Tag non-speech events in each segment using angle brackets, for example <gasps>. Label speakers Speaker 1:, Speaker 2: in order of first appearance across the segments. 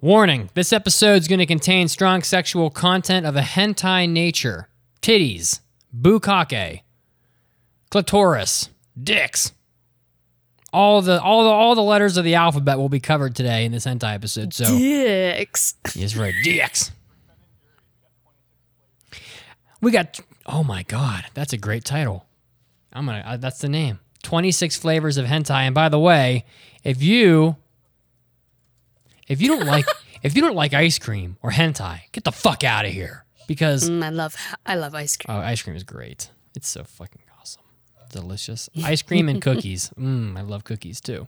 Speaker 1: Warning this episode's going to contain strong sexual content of a hentai nature titties, bukake, clitoris, dicks. All the all the all the letters of the alphabet will be covered today in this hentai episode. So
Speaker 2: Dicks.
Speaker 1: Yes, right. DX. We got. Oh my God, that's a great title. I'm gonna. Uh, that's the name. 26 flavors of hentai. And by the way, if you, if you don't like, <laughs> if you don't like ice cream or hentai, get the fuck out of here because
Speaker 2: Mm, I love I love ice cream.
Speaker 1: oh, ice cream is great. It's so fucking awesome, delicious. Ice cream and cookies. Mmm, I love cookies too.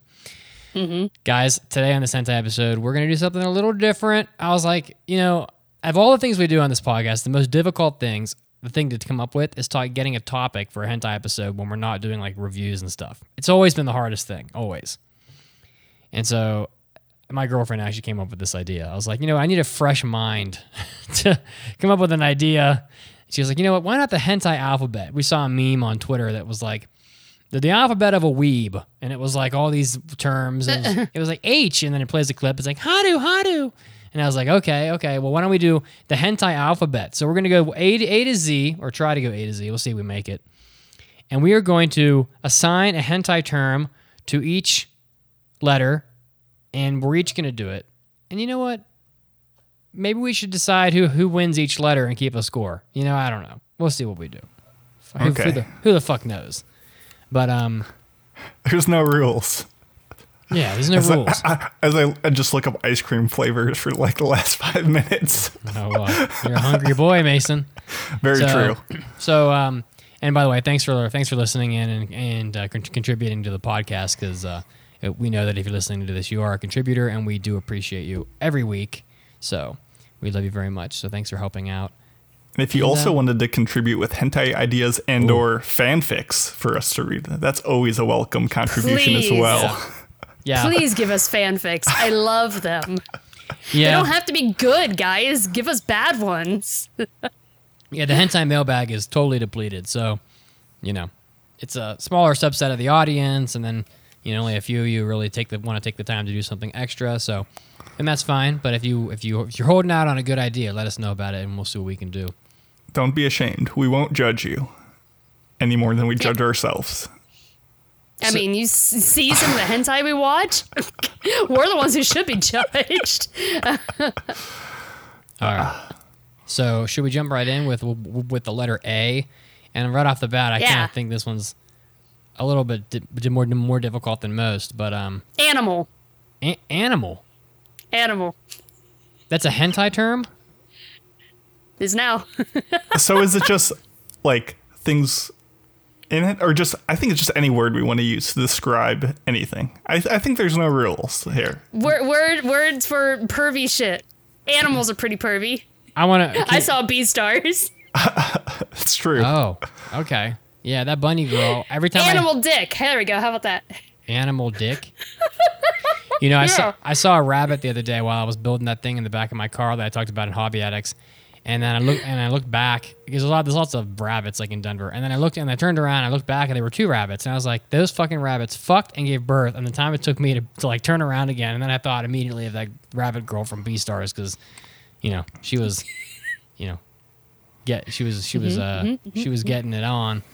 Speaker 1: Guys, today on the Sentai episode, we're going to do something a little different. I was like, you know, of all the things we do on this podcast, the most difficult things, the thing to come up with is to- getting a topic for a hentai episode when we're not doing like reviews and stuff. It's always been the hardest thing, always. And so my girlfriend actually came up with this idea. I was like, you know, I need a fresh mind <laughs> to come up with an idea. She was like, you know what? Why not the hentai alphabet? We saw a meme on Twitter that was like, the, the alphabet of a weeb. And it was like all these terms. And it was- it was like H. And then it plays the clip. It's like, Hadu, Hadu. And I was like, okay, okay. Well, why don't we do the hentai alphabet? So we're going to go A to, a to Z, or try to go A to Z. We'll see if we make it. And we are going to assign a hentai term to each letter and we're each going to do it. And you know what? Maybe we should decide who who wins each letter and keep a score. You know, I don't know. We'll see what we do. Who- Who,
Speaker 3: Okay.
Speaker 1: the, who the fuck knows? But um,
Speaker 3: There's no rules.
Speaker 1: yeah, there's no
Speaker 3: So, <laughs>
Speaker 1: rules.
Speaker 3: I- I- as I, I just look up ice cream flavors for like the last <laughs> five minutes.
Speaker 1: oh, well, you're a hungry boy, Mason.
Speaker 3: Very
Speaker 1: so,
Speaker 3: true.
Speaker 1: So um, and by the way, thanks for thanks for listening in and and uh, con- contributing to the podcast because uh, it- we know that if you're listening to this, you are a contributor, and we do appreciate you every week. So we love you very much. So thanks for helping out.
Speaker 3: And if you also wanted to contribute with hentai ideas and or fanfics for us to read, that's always a welcome contribution as
Speaker 2: Please.
Speaker 3: well.
Speaker 1: Yeah,
Speaker 2: Please give us fanfics. I love them.
Speaker 1: yeah.
Speaker 2: They don't have to be good, guys. Give us bad ones.
Speaker 1: Yeah, the hentai mailbag is totally depleted. So, you know, it's a smaller subset of the audience, and then you know only a few of you really take the want to take the time to do something extra. So, and that's fine. But if you if you if you're holding out on a good idea, let us know about it, and we'll see what we can do.
Speaker 3: Don't be ashamed. We won't judge you any more than we judge ourselves.
Speaker 2: I mean, you s- see some of the hentai we watch. <laughs> We're the ones who should be judged.
Speaker 1: All right. So, should we jump right in with with the letter A? And right off the bat, I kind
Speaker 2: Yeah.
Speaker 1: of think this one's a little bit di- di- more more difficult than most. But um,
Speaker 2: Animal,
Speaker 1: a- animal.
Speaker 2: animal
Speaker 1: That's a hentai term.
Speaker 2: is now.
Speaker 3: so is it just like things in it or just i think it's just any word we want to use to describe anything i, I think there's no rules here
Speaker 2: Word, word, words for pervy shit. Animals are pretty pervy.
Speaker 1: I want to.
Speaker 2: I saw B stars.
Speaker 3: it's true
Speaker 1: Oh, okay. Yeah, that bunny girl. Every time
Speaker 2: Animal dick. There we go. How about that?
Speaker 1: I, animal dick. You know, I saw
Speaker 2: Yeah.
Speaker 1: I saw a rabbit the other day while I was building that thing in the back of my car that I talked about in Hobby Addicts, and then I look and I looked back because there's a lot there's lots of rabbits like in Denver, and then I looked and I turned around, and I looked back, and there were two rabbits, and I was like, those fucking rabbits fucked and gave birth, and the time it took me to, to like turn around again, and then I thought immediately of that rabbit girl from B Stars because, you know, she was, <laughs> you know, get she was she was
Speaker 2: Mm-hmm,
Speaker 1: uh she was getting it on.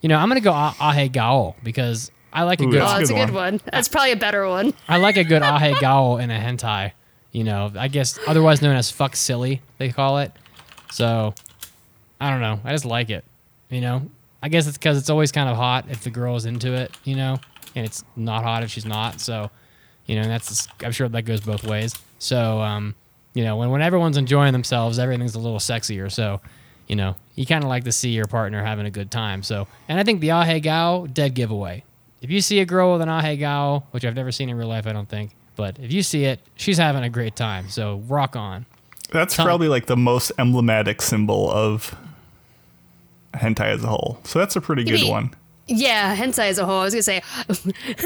Speaker 1: You know, I'm gonna go a- Ahe Gao because I like a
Speaker 3: Ooh,
Speaker 1: good
Speaker 3: that's
Speaker 2: Oh, that's a good one. That's probably a better one.
Speaker 1: I like a good ahe gao in a hentai. You know, I guess otherwise known as fuck silly, they call it. So, I don't know. I just like it. You know, I guess it's because it's always kind of hot if the girl is into it. You know, and it's not hot if she's not. So, you know, and that's I'm sure that goes both ways. So, um, you know, when when everyone's enjoying themselves, everything's a little sexier. So, you know, you kind of like to see your partner having a good time. So, and I think the ahe gao dead giveaway. If you see a girl with an ahe gao, which I've never seen in real life, I don't think, but if you see it, she's having a great time. So rock on.
Speaker 3: that's probably like the most emblematic symbol of hentai as a whole so that's a pretty good
Speaker 2: Maybe-
Speaker 3: one
Speaker 2: Yeah, hentai as a whole. I was gonna say. <laughs>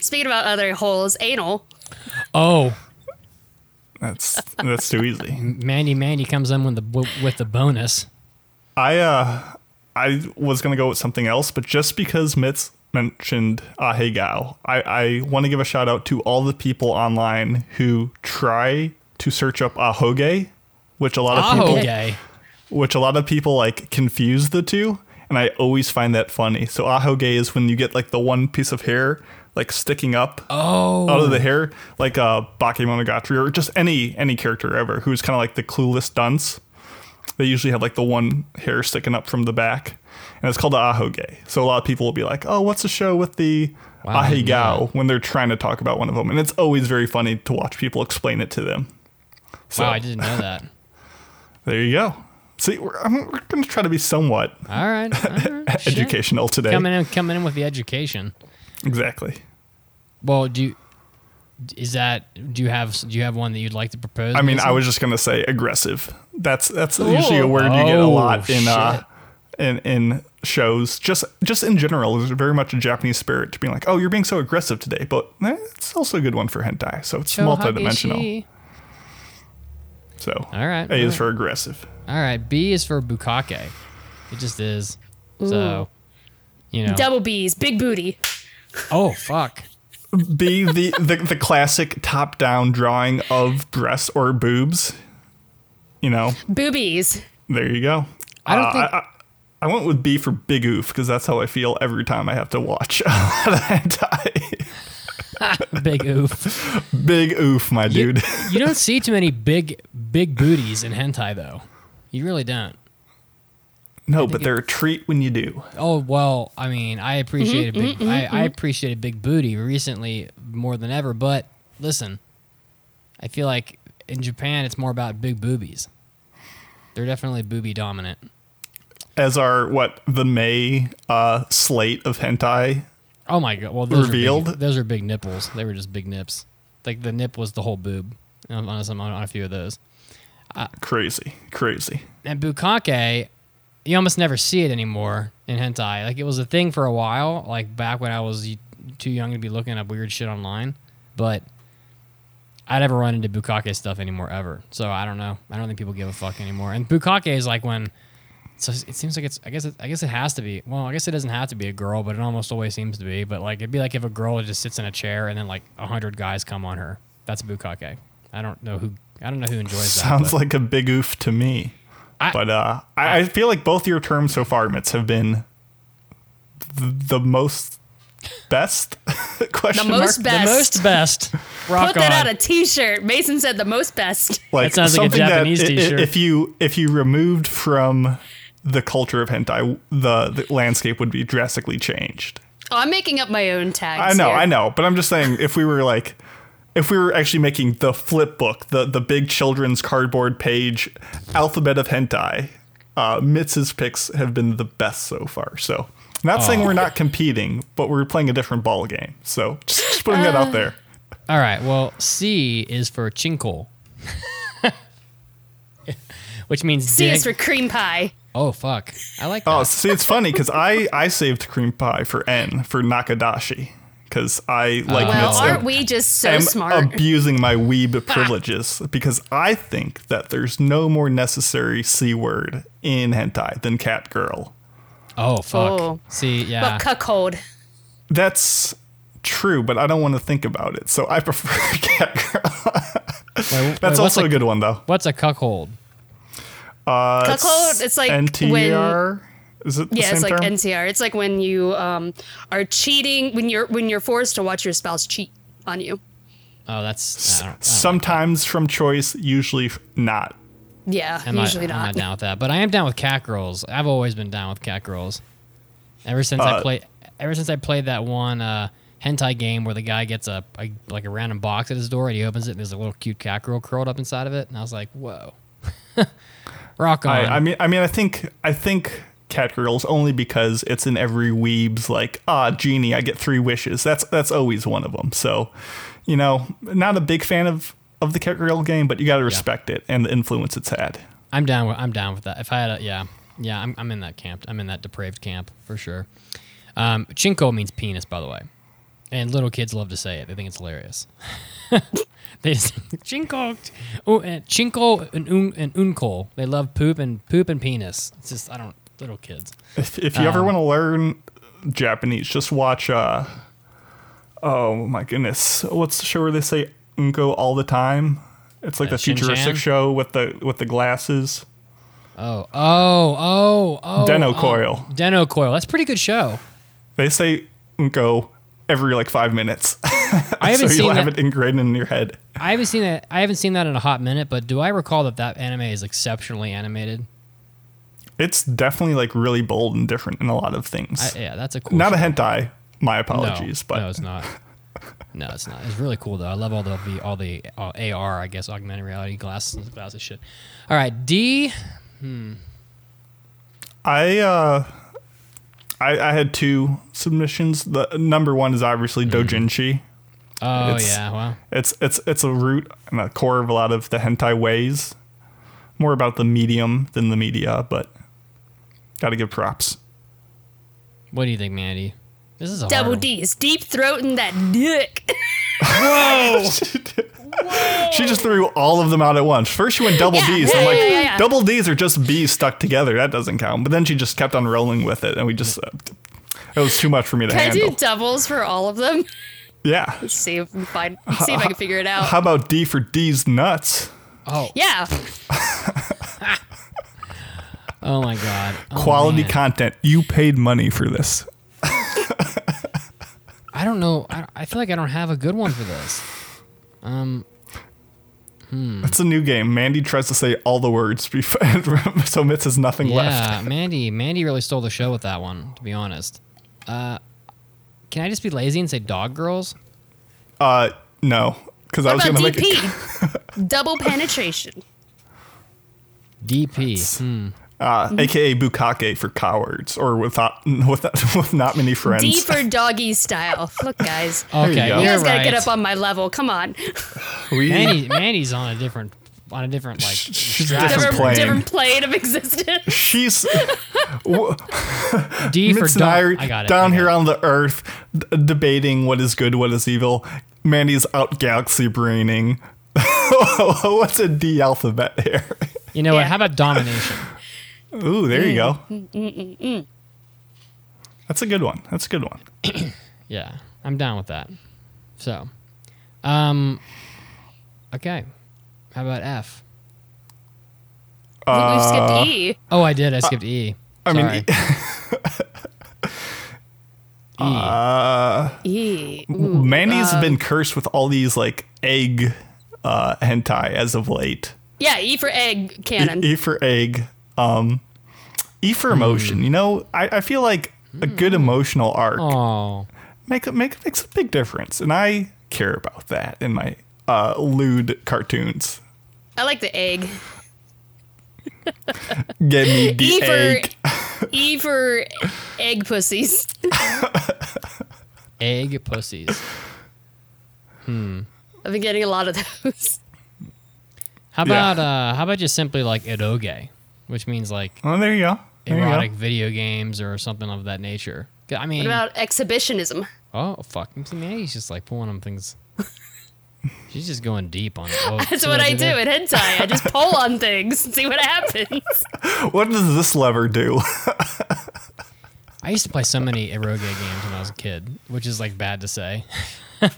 Speaker 2: Speaking about other holes, anal.
Speaker 1: Oh,
Speaker 3: that's that's too easy
Speaker 1: Mandy Mandy comes in with the with the bonus.
Speaker 3: i uh i was gonna go with something else but just because mitz mentioned Ahegao, I, I want to give a shout out to all the people online who try to search up Ahoge, which a lot of people
Speaker 1: Ahoge.
Speaker 3: which a lot of people like confuse the two, and I always find that funny. So ahoge is when you get like the one piece of hair like sticking up out
Speaker 1: Oh,
Speaker 3: of the hair, like uh, Bakemonogatari or just any any character ever who's kind of like the clueless dunce. They usually have like the one hair sticking up from the back, and it's called the ahoge. So a lot of people will be like, "Oh, what's the show with the
Speaker 1: Wow, I didn't know
Speaker 3: ahegao?" When they're trying to talk about one of them, and it's always very funny to watch people explain it to them. So
Speaker 1: wow! I didn't know that.
Speaker 3: there you go. See, we're, I'm, we're going to try to be somewhat
Speaker 1: All right, all right,
Speaker 3: <laughs>
Speaker 1: shit.
Speaker 3: educational today.
Speaker 1: Coming in, coming in with the education.
Speaker 3: Exactly.
Speaker 1: Well, do you, is that do you have do you have one that you'd like to propose?
Speaker 3: I mean, I
Speaker 1: Mason?
Speaker 3: was just gonna say aggressive. That's that's usually a
Speaker 2: Ooh.
Speaker 3: word you get a
Speaker 1: Oh,
Speaker 3: lot in uh,
Speaker 1: shit.
Speaker 3: in in shows. Just just in general, there's very much a Japanese spirit to being like, oh, you're being so aggressive today. But eh, it's also a good one for hentai, so it's multidimensional.
Speaker 1: Shohagishi.
Speaker 3: So
Speaker 1: All right,
Speaker 3: A
Speaker 1: all
Speaker 3: is
Speaker 1: right.
Speaker 3: for aggressive.
Speaker 1: All right, B is for bukake. It just is. So, you know.
Speaker 2: Double B's, big booty.
Speaker 1: oh fuck.
Speaker 3: B the, the the classic top down drawing of breasts or boobs. You know,
Speaker 2: Boobies.
Speaker 3: there you go.
Speaker 1: I don't think-
Speaker 3: Uh, I, I, I went with B for big oof because that's how I feel every time I have to watch <laughs> a lot of hentai.
Speaker 1: Big oof.
Speaker 3: Big oof, my dude.
Speaker 1: <laughs> You don't see too many big big booties in hentai though. You really don't.
Speaker 3: no, but they're a treat when you do.
Speaker 1: Oh well, I mean, I appreciate a big I, I appreciate a big booty recently more than ever, but listen, I feel like in Japan it's more about big boobies. They're definitely booby dominant.
Speaker 3: As are what the May uh, slate of hentai.
Speaker 1: Oh my god! Well, those Are big,
Speaker 3: Revealed?
Speaker 1: those are big nipples. They were just big nips. Like the nip was the whole boob. I'm on, I'm on, on a few of those.
Speaker 3: Crazy, crazy.
Speaker 1: And bukake, you almost never see it anymore in hentai. Like it was a thing for a while, like back when I was y- too young to be looking up weird shit online. But I never run into bukake stuff anymore ever. So I don't know. I don't think people give a fuck anymore. And bukake is like when. So it seems like it's. I guess. It, I guess it has to be. Well, I guess it doesn't have to be a girl, but it almost always seems to be. But like it'd be like if a girl just sits in a chair and then like a hundred guys come on her. That's bukake. I don't know who. I don't know who enjoys that.
Speaker 3: Sounds
Speaker 1: but-
Speaker 3: like a big oof to me.
Speaker 1: I-
Speaker 3: but uh, I, I feel like both your terms so far, Mitz, have been th- the most best <laughs> question mark.
Speaker 2: most best.
Speaker 1: The most
Speaker 2: <laughs>
Speaker 1: best. Rock
Speaker 2: Put that
Speaker 1: on.
Speaker 2: on a T-shirt. Mason said the most best.
Speaker 3: like
Speaker 1: That sounds like a
Speaker 3: something
Speaker 1: Japanese
Speaker 3: that, i- i-
Speaker 1: t-shirt.
Speaker 3: If you if you removed from the culture of hentai, the, the landscape would be drastically changed.
Speaker 2: Oh, I'm making up my own
Speaker 3: I
Speaker 2: tags.
Speaker 3: know,
Speaker 2: here.
Speaker 3: I know, but I'm just saying if we were like if we were actually making the flip book, the the big children's cardboard page alphabet of hentai, uh Mitz's picks have been the best so far. So not saying
Speaker 1: Oh.
Speaker 3: we're not competing, but we're playing a different ball game. So just, just putting that out there.
Speaker 1: All right. Well, C is for chinkle, <laughs> which means
Speaker 2: C
Speaker 1: dick.
Speaker 2: is for cream pie.
Speaker 1: oh fuck! I like that.
Speaker 3: Oh, see, it's funny because I I saved cream pie for N for Nakadashi because I like
Speaker 2: Oh. Well,
Speaker 3: Mitz
Speaker 2: aren't
Speaker 3: and-
Speaker 2: we just so
Speaker 3: am
Speaker 2: smart?
Speaker 3: abusing
Speaker 2: <laughs>
Speaker 3: my weeb privileges because I think that there's no more necessary c word in hentai than cat girl.
Speaker 1: oh fuck!
Speaker 2: Oh.
Speaker 1: See, yeah.
Speaker 2: but cuckold.
Speaker 3: That's true, but I don't want to think about it, so I <laughs> prefer cat girl.
Speaker 1: Wait, wait, what's
Speaker 3: That's also
Speaker 1: a,
Speaker 3: a good one though.
Speaker 1: What's a cuckold?
Speaker 3: Uh,
Speaker 2: Cuckold, it's like when-
Speaker 3: NTR. Is it E the
Speaker 2: Yeah,
Speaker 3: same
Speaker 2: it's like E
Speaker 3: term?
Speaker 2: NCR. It's like when you um, are cheating when you're when you're forced to watch your spouse cheat on you.
Speaker 1: Oh, that's. I don't, I don't-
Speaker 3: Sometimes from choice, usually f- not.
Speaker 2: Yeah,
Speaker 1: I'm
Speaker 2: usually
Speaker 1: I'm
Speaker 2: not.
Speaker 1: down with that, but I am down with cat girls. I've always been down with cat girls. Ever since I
Speaker 3: Uh,
Speaker 1: played, ever since I played that one uh, hentai game where the guy gets a, a like a random box at his door and he opens it and there's a little cute cat girl curled up inside of it, and I was like, whoa, <laughs> rock on.
Speaker 3: I, I mean, I mean, I think, I think Catgirls only because it's in every weeb's like, ah, genie, I get three wishes. That's that's always one of them. So, you know, not a big fan of of the Catgirl game, but you got to respect it and the influence it's had.
Speaker 1: I'm down with I'm down with that. If I had a yeah yeah I'm I'm in that camp. I'm in that depraved camp for sure. Um, chinko means penis, by the way, and little kids love to say it. They think it's hilarious. <laughs> they just, <laughs> chinko, oh, and chinko and un and unko. They love poop and poop and penis. It's just I don't little kids.
Speaker 3: If, if you ever want to learn Japanese. Just watch. uh Oh my goodness, what's the show where they say "unko" all the time? It's
Speaker 1: Uh,
Speaker 3: like the futuristic
Speaker 1: Shin-chan?
Speaker 3: show with the with the glasses.
Speaker 1: Oh, oh, oh, oh.
Speaker 3: Deno
Speaker 1: oh.
Speaker 3: Coil.
Speaker 1: Deno Coil. That's a pretty good show.
Speaker 3: They say "unko" every like five minutes, <laughs>
Speaker 1: I
Speaker 3: so
Speaker 1: haven't
Speaker 3: you'll
Speaker 1: seen
Speaker 3: have
Speaker 1: that.
Speaker 3: it ingrained in your head.
Speaker 1: I haven't seen that. I haven't seen that in a hot minute. But do I recall that that anime is exceptionally animated?
Speaker 3: It's definitely like really bold and different in a lot of
Speaker 1: I,
Speaker 3: things.
Speaker 1: yeah, that's a cool.
Speaker 3: Not
Speaker 1: show.
Speaker 3: a hentai. My
Speaker 1: No,
Speaker 3: apologies, but
Speaker 1: no, it's not. No, it's not. It's really cool though. I love all the, the all the uh, AR, I guess, augmented reality glasses and glasses shit. All right, D.
Speaker 3: I uh I, I had two submissions. The number one is obviously
Speaker 1: Mm-hmm.
Speaker 3: doujinshi.
Speaker 1: Oh
Speaker 3: It's-
Speaker 1: yeah, wow.
Speaker 3: It's it's it's a root and a core of a lot of the hentai ways. More about the medium than the media, but gotta give props.
Speaker 1: What do you think, Mandy? This is a hard
Speaker 2: Double
Speaker 1: one.
Speaker 2: D is deep throating that dick. <laughs>
Speaker 3: She just threw all of them out at once. First, she went double
Speaker 2: Yeah,
Speaker 3: D's. I'm
Speaker 2: yeah,
Speaker 3: like,
Speaker 2: yeah, yeah, yeah.
Speaker 3: double D's are just B's stuck together. That doesn't count. But then she just kept on rolling with it, and we just uh, it was too much for me to
Speaker 2: Can I
Speaker 3: handle.
Speaker 2: do doubles for all of them? <laughs>
Speaker 3: yeah.
Speaker 2: See if we find, see if I can figure it out.
Speaker 3: How about D for D's nuts?
Speaker 1: Oh,
Speaker 2: Yeah.
Speaker 1: oh my god. Oh,
Speaker 3: quality
Speaker 1: man.
Speaker 3: content. You paid money for this.
Speaker 1: I don't know. I, I feel like I don't have a good one for this. Mm.
Speaker 3: That's a new game. Mandy tries to say all the words, before, <laughs> so Mitz has nothing <laughs> left.
Speaker 1: Yeah, Mandy. Mandy really stole the show with that one. To be honest, uh, can I just be lazy and say dog girls?
Speaker 3: Uh, no, because I
Speaker 2: What
Speaker 3: was
Speaker 2: about
Speaker 3: gonna make it. <laughs>
Speaker 2: DP? Double penetration.
Speaker 1: DP. Hmm.
Speaker 3: Uh, AKA Bukake for cowards or without <laughs> with, with not many friends.
Speaker 2: D for doggy style. Look, guys.
Speaker 1: Okay,
Speaker 3: you go.
Speaker 1: are
Speaker 2: You guys
Speaker 1: Oh, right.
Speaker 2: gotta get up on my level. Come on. <laughs>
Speaker 3: We-
Speaker 1: Mandy, Mandy's on a different on a different like.
Speaker 3: she's a
Speaker 1: strategy.
Speaker 3: different plane.
Speaker 2: different plane of
Speaker 3: <laughs>
Speaker 2: existence.
Speaker 1: <laughs>
Speaker 3: She's w-
Speaker 1: D for
Speaker 3: Mitz and
Speaker 1: dog.
Speaker 3: I are
Speaker 1: I got it.
Speaker 3: down
Speaker 1: I got
Speaker 3: here
Speaker 1: it.
Speaker 3: on the earth d- debating what is good, what is evil. Mandy's out galaxy braining. <laughs> What's a D alphabet here? <laughs>
Speaker 1: You know what?
Speaker 2: Yeah.
Speaker 1: How about domination? <laughs>
Speaker 3: Ooh, there you go. That's a good one. That's a good one.
Speaker 1: Yeah, I'm down with that. So, um, okay. How about F?
Speaker 2: we
Speaker 3: Uh,
Speaker 2: skipped E.
Speaker 1: Oh, I did. I skipped E.
Speaker 3: I mean,
Speaker 1: Sorry.
Speaker 3: E-
Speaker 1: <laughs> E.
Speaker 3: Uh,
Speaker 2: E.
Speaker 3: Mandy's been cursed with all these like egg uh, hentai as of late.
Speaker 2: Yeah, E for egg
Speaker 3: E,
Speaker 2: cannon.
Speaker 3: e for egg. Um, e for emotion.
Speaker 1: Hmm.
Speaker 3: You know, I, I feel like a good emotional arc
Speaker 1: oh,
Speaker 3: make make makes a big difference, and I care about that in my uh, lewd cartoons.
Speaker 2: I like the egg.
Speaker 3: Give me the
Speaker 2: E
Speaker 3: egg.
Speaker 2: for <laughs> E for egg pussies.
Speaker 1: egg pussies.
Speaker 2: I've been getting a lot of those.
Speaker 1: How
Speaker 3: Yeah.
Speaker 1: about uh, how about just simply like eroge, which means like
Speaker 3: Oh, there you go. There you go.
Speaker 1: erotic video games or something of that nature. I mean,
Speaker 2: What about exhibitionism?
Speaker 1: oh fuck, see, Mandy's just like pulling them
Speaker 2: <laughs>
Speaker 1: things. She's just going deep on. it. Oh,
Speaker 2: That's
Speaker 1: see
Speaker 2: what I do
Speaker 1: there?
Speaker 2: at hentai. I just pull on things and see what happens.
Speaker 3: <laughs> What does this lever do? <laughs>
Speaker 1: I used to play so many eroge games when I was a kid, which is like bad to say.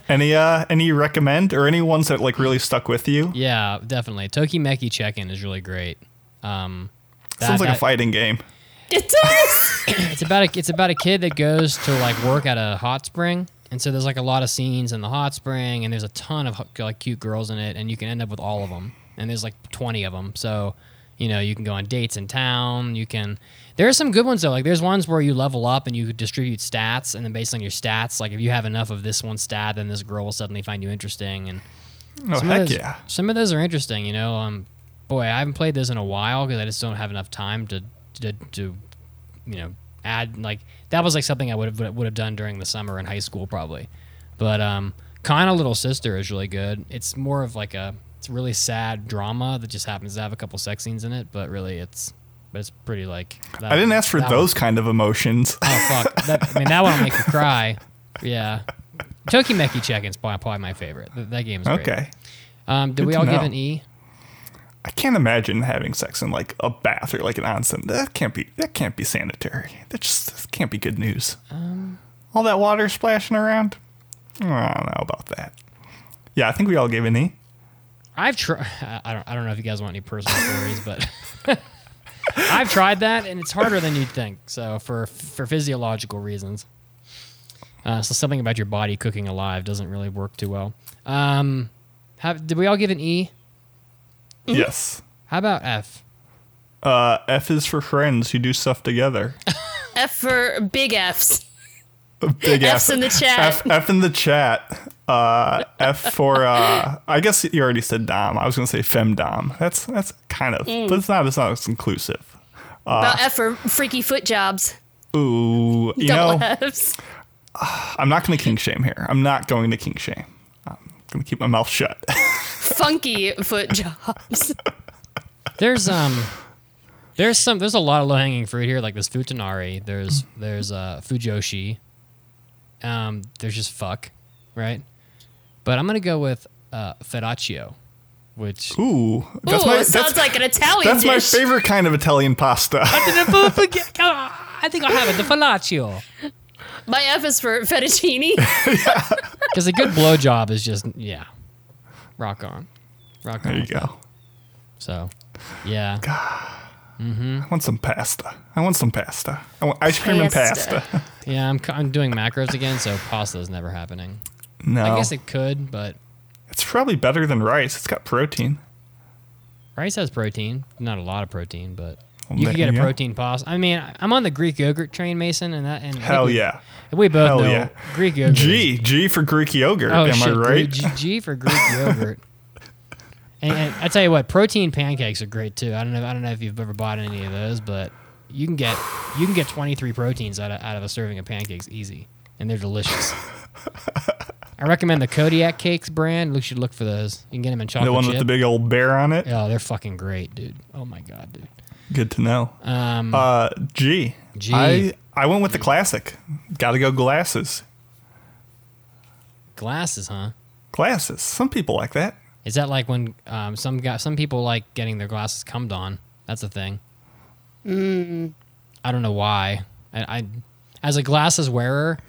Speaker 3: Any uh any you recommend or any ones that like really stuck with you?
Speaker 1: Yeah, definitely. Tokimeki check-in is really great. Um, that-
Speaker 3: Sounds like a
Speaker 1: that-
Speaker 3: fighting game.
Speaker 2: It does.
Speaker 1: It's about a it's about a kid that goes to like work at a hot spring, and so there's like a lot of scenes in the hot spring, and there's a ton of hu- like cute girls in it, and you can end up with all of them, and there's like 20 of them, so you know you can go on dates in town. You can there are some good ones though, like there's ones where you level up and you distribute stats, and then based on your stats, like if you have enough of this one stat, then this girl will suddenly find you interesting, and
Speaker 3: Oh
Speaker 1: some of
Speaker 3: heck
Speaker 1: those,
Speaker 3: yeah!
Speaker 1: Some of those are interesting, you know. Um, boy, I haven't played this in a while because I just don't have enough time to, to to you know add like that was like something I would have would have done during the summer in high school probably. But um, Kana Little Sister is really good. It's more of like a it's a really sad drama that just happens to have a couple sex scenes in it, but really it's but it's pretty like that
Speaker 3: I didn't
Speaker 1: one-
Speaker 3: ask for
Speaker 1: that one-
Speaker 3: those kind of emotions.
Speaker 1: Oh
Speaker 3: <laughs>
Speaker 1: fuck! That, I mean, that one will make you cry. Yeah, Tokimeki Check-in's probably, probably my favorite. That, that game's great.
Speaker 3: Okay,
Speaker 1: Um, did
Speaker 3: Good
Speaker 1: we
Speaker 3: to
Speaker 1: all give
Speaker 3: know.
Speaker 1: an E?
Speaker 3: I can't imagine having sex in like a bath or like an onsen. That can't be that can't be sanitary. That just that can't be good news.
Speaker 2: Um.
Speaker 3: all that water splashing around. I don't know about that. Yeah, I think we all gave an E.
Speaker 1: I've tried. <sighs> I don't. I don't know if you guys want any personal stories, but <laughs> I've tried that, and it's harder than you'd think. So for for physiological reasons, uh, so something about your body cooking alive doesn't really work too well. Um, have, did we all give an E?
Speaker 2: Mm-hmm.
Speaker 3: Yes.
Speaker 1: How about F?
Speaker 3: Uh, F is for friends who do stuff together.
Speaker 2: <laughs> F for big Fs.
Speaker 3: Big
Speaker 2: F's
Speaker 3: F
Speaker 2: in the chat.
Speaker 3: F, F in the chat. Uh, F for uh, I guess you already said dom. I was gonna say femdom. That's that's kind of,
Speaker 2: Mm.
Speaker 3: but it's not. It's not as inclusive. Ah.
Speaker 2: About F for freaky foot jobs.
Speaker 3: Ooh, you
Speaker 2: Double
Speaker 3: know,
Speaker 2: Fs.
Speaker 3: I'm not gonna kink shame here. I'm not going to kink shame. I'm gonna keep my mouth shut. <laughs>
Speaker 2: Funky foot jobs.
Speaker 1: There's um, there's some there's a lot of low hanging fruit here. Like there's futanari. There's there's uh fujoshi. Um, there's just fuck, right? But I'm gonna go with uh fedaccio, which
Speaker 3: Ooh, that's
Speaker 2: Ooh,
Speaker 3: my
Speaker 2: it sounds
Speaker 3: that's,
Speaker 2: like an Italian
Speaker 3: that's my
Speaker 2: dish.
Speaker 3: favorite kind of Italian pasta. <laughs>
Speaker 1: I think I'll have it. The fellatio.
Speaker 2: My F is for
Speaker 3: <laughs>
Speaker 2: fettuccine.
Speaker 1: Because a good blowjob is just yeah, rock on, rock
Speaker 3: there you
Speaker 1: on.
Speaker 3: go.
Speaker 1: So, yeah,
Speaker 3: I want some pasta. I want some pasta. I want ice cream
Speaker 2: Pasta.
Speaker 3: and pasta. <laughs>
Speaker 1: yeah. I'm c- I'm doing macros again, so pasta is never happening.
Speaker 3: No,
Speaker 1: I guess it could, but
Speaker 3: it's probably better than rice. It's got protein.
Speaker 1: rice has protein. Not a lot of protein, but
Speaker 3: Well,
Speaker 1: you
Speaker 3: there
Speaker 1: can get a
Speaker 3: you go.
Speaker 1: protein pasta. I mean, I- I'm on the Greek yogurt train, Mason, and that and I think
Speaker 3: Hell
Speaker 1: we-
Speaker 3: yeah.
Speaker 1: we both
Speaker 3: Hell
Speaker 1: know
Speaker 3: yeah.
Speaker 1: Greek yogurt. is-
Speaker 3: G G for Greek yogurt.
Speaker 1: oh
Speaker 3: am
Speaker 1: shit,
Speaker 3: I right?
Speaker 1: G, G for
Speaker 3: <laughs>
Speaker 1: Greek yogurt. And, and I tell you what, protein pancakes are great too. I don't know. I don't know if you've ever bought any of those, but you can get you can get 23 proteins out of, out of a serving of pancakes easy, and they're
Speaker 3: <laughs>
Speaker 1: delicious. I recommend the Kodiak Cakes brand. You should look for those. You can get them in chocolate
Speaker 3: the one
Speaker 1: chip.
Speaker 3: with the big old bear on it.
Speaker 1: oh, they're fucking great, dude. Oh my god, dude.
Speaker 3: Good to know.
Speaker 1: Um,
Speaker 3: Uh, G.
Speaker 1: G.
Speaker 3: I I went with the classic. Got to go glasses.
Speaker 1: glasses, huh?
Speaker 3: Glasses. Some people like that.
Speaker 1: Is that like when um, some guy, some people like getting their glasses cummed on? That's a thing. Mm. I don't know why. I, I as a glasses wearer,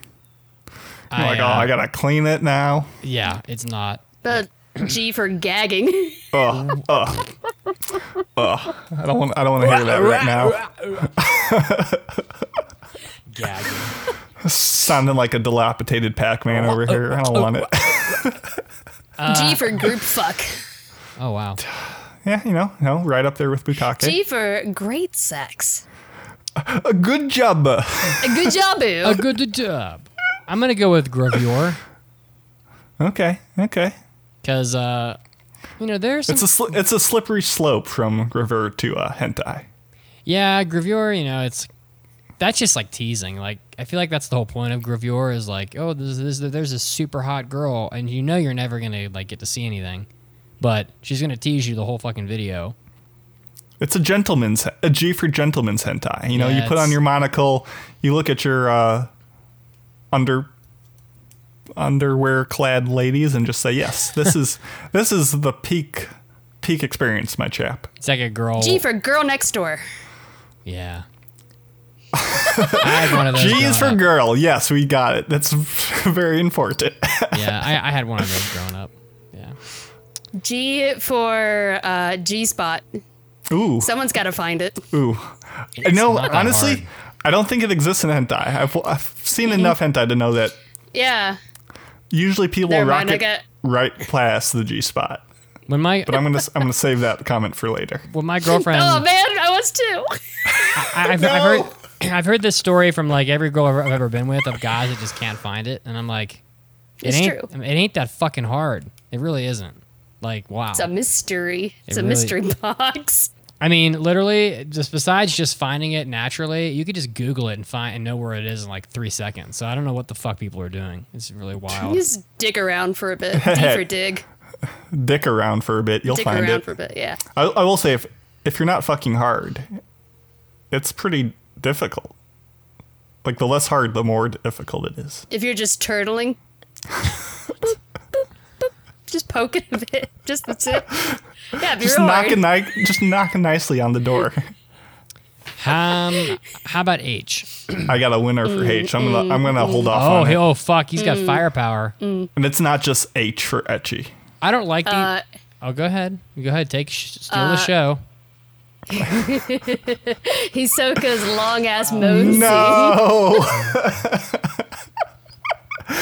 Speaker 3: You're like, oh,
Speaker 1: uh,
Speaker 3: I gotta clean it now.
Speaker 1: yeah, it's not.
Speaker 2: But G for gagging.
Speaker 3: Ugh, ugh, ugh. I don't want. I don't want to hear that right now.
Speaker 1: Gagging.
Speaker 3: Sounding like a dilapidated Pac-Man over here. I don't want it. Uh.
Speaker 2: G for group fuck.
Speaker 1: Oh wow.
Speaker 3: <laughs> Yeah, you know, you know, right up there with Bukake.
Speaker 2: G for great sex.
Speaker 3: A good job. uh,
Speaker 2: A good job, boo.
Speaker 1: A good job. I'm gonna go with gravure
Speaker 3: Okay, okay.
Speaker 1: because uh, you know there's some
Speaker 3: It's a sli- it's a slippery slope from River to uh, hentai.
Speaker 1: Yeah, gravure, you know, it's that's just like teasing. Like I feel like that's the whole point of gravure is like, oh, there's there's, there's a super hot girl, and you know you're never gonna like get to see anything, but she's gonna tease you the whole fucking video.
Speaker 3: It's a gentleman's a G for gentleman's hentai. You know,
Speaker 1: Yeah,
Speaker 3: you put on
Speaker 1: it's-
Speaker 3: your monocle, you look at your uh, under underwear clad ladies, and just say, "Yes, this is <laughs> this is the peak peak experience, my chap."
Speaker 1: It's like a girl.
Speaker 2: G for girl next door.
Speaker 1: yeah. I had one of those.
Speaker 3: G is for
Speaker 1: growing up.
Speaker 3: girl. Yes, we got it. That's <laughs> very important. <laughs>
Speaker 1: Yeah, I, I had one of those growing up. Yeah.
Speaker 2: G for uh, G spot.
Speaker 3: Ooh,
Speaker 2: Someone's got to find it.
Speaker 3: ooh.
Speaker 1: It's
Speaker 3: no,
Speaker 1: not that
Speaker 3: honestly,
Speaker 1: hard.
Speaker 3: I don't think it exists in hentai. I've, I've seen
Speaker 2: Mm-hmm.
Speaker 3: enough hentai to know that
Speaker 2: Yeah.
Speaker 3: usually people
Speaker 2: Never
Speaker 3: rock
Speaker 2: mind, I
Speaker 3: it
Speaker 2: got-
Speaker 3: right past the G spot.
Speaker 1: when my
Speaker 3: But I'm gonna I'm gonna save that comment for later.
Speaker 1: when my girlfriend.
Speaker 2: Oh man, I was too.
Speaker 1: I, I've, I've
Speaker 3: No.
Speaker 1: heard <clears throat> I've heard this story from like every girl I've, I've ever been with of guys that just can't find it, and I'm like, it
Speaker 2: It's
Speaker 1: ain't
Speaker 2: true.
Speaker 1: it ain't that fucking hard. It really isn't. Like wow.
Speaker 2: It's a mystery. It's
Speaker 1: It
Speaker 2: a
Speaker 1: really-
Speaker 2: mystery <laughs> box.
Speaker 1: I mean, literally, just besides just finding it naturally, you could just Google it and find and know where it is in like three seconds. So I don't know what the fuck people are doing. It's really wild.
Speaker 2: Just dig around for a
Speaker 3: <laughs>
Speaker 2: bit. D for dig.
Speaker 3: Dick around for a bit, you'll
Speaker 2: Dick
Speaker 3: find
Speaker 2: around
Speaker 3: it.
Speaker 2: for a bit. Yeah.
Speaker 3: I, I will say if if you're not fucking hard, it's pretty difficult. Like the less hard, the more difficult it is.
Speaker 2: If you're just turtling. boop, boop, boop, just poking a bit. Just that's it. Yeah, it'd be
Speaker 3: Just
Speaker 2: real
Speaker 3: knocking,
Speaker 2: hard.
Speaker 3: ni- just knocking nicely on
Speaker 2: <laughs>
Speaker 3: the door.
Speaker 1: Um, how about H?
Speaker 3: I got a winner for H. I'm gonna, I'm gonna hold
Speaker 2: Mm-hmm.
Speaker 3: off
Speaker 1: Oh,
Speaker 3: on
Speaker 1: he,
Speaker 3: it.
Speaker 1: oh fuck, he's
Speaker 2: Mm.
Speaker 1: got firepower.
Speaker 3: And it's not just H for etchy.
Speaker 1: I don't like the.
Speaker 2: Uh,
Speaker 1: oh, go ahead. Go ahead. Take sh- steal the show.
Speaker 2: Hisoka's long ass moan
Speaker 3: Oh,
Speaker 2: <laughs>
Speaker 3: No.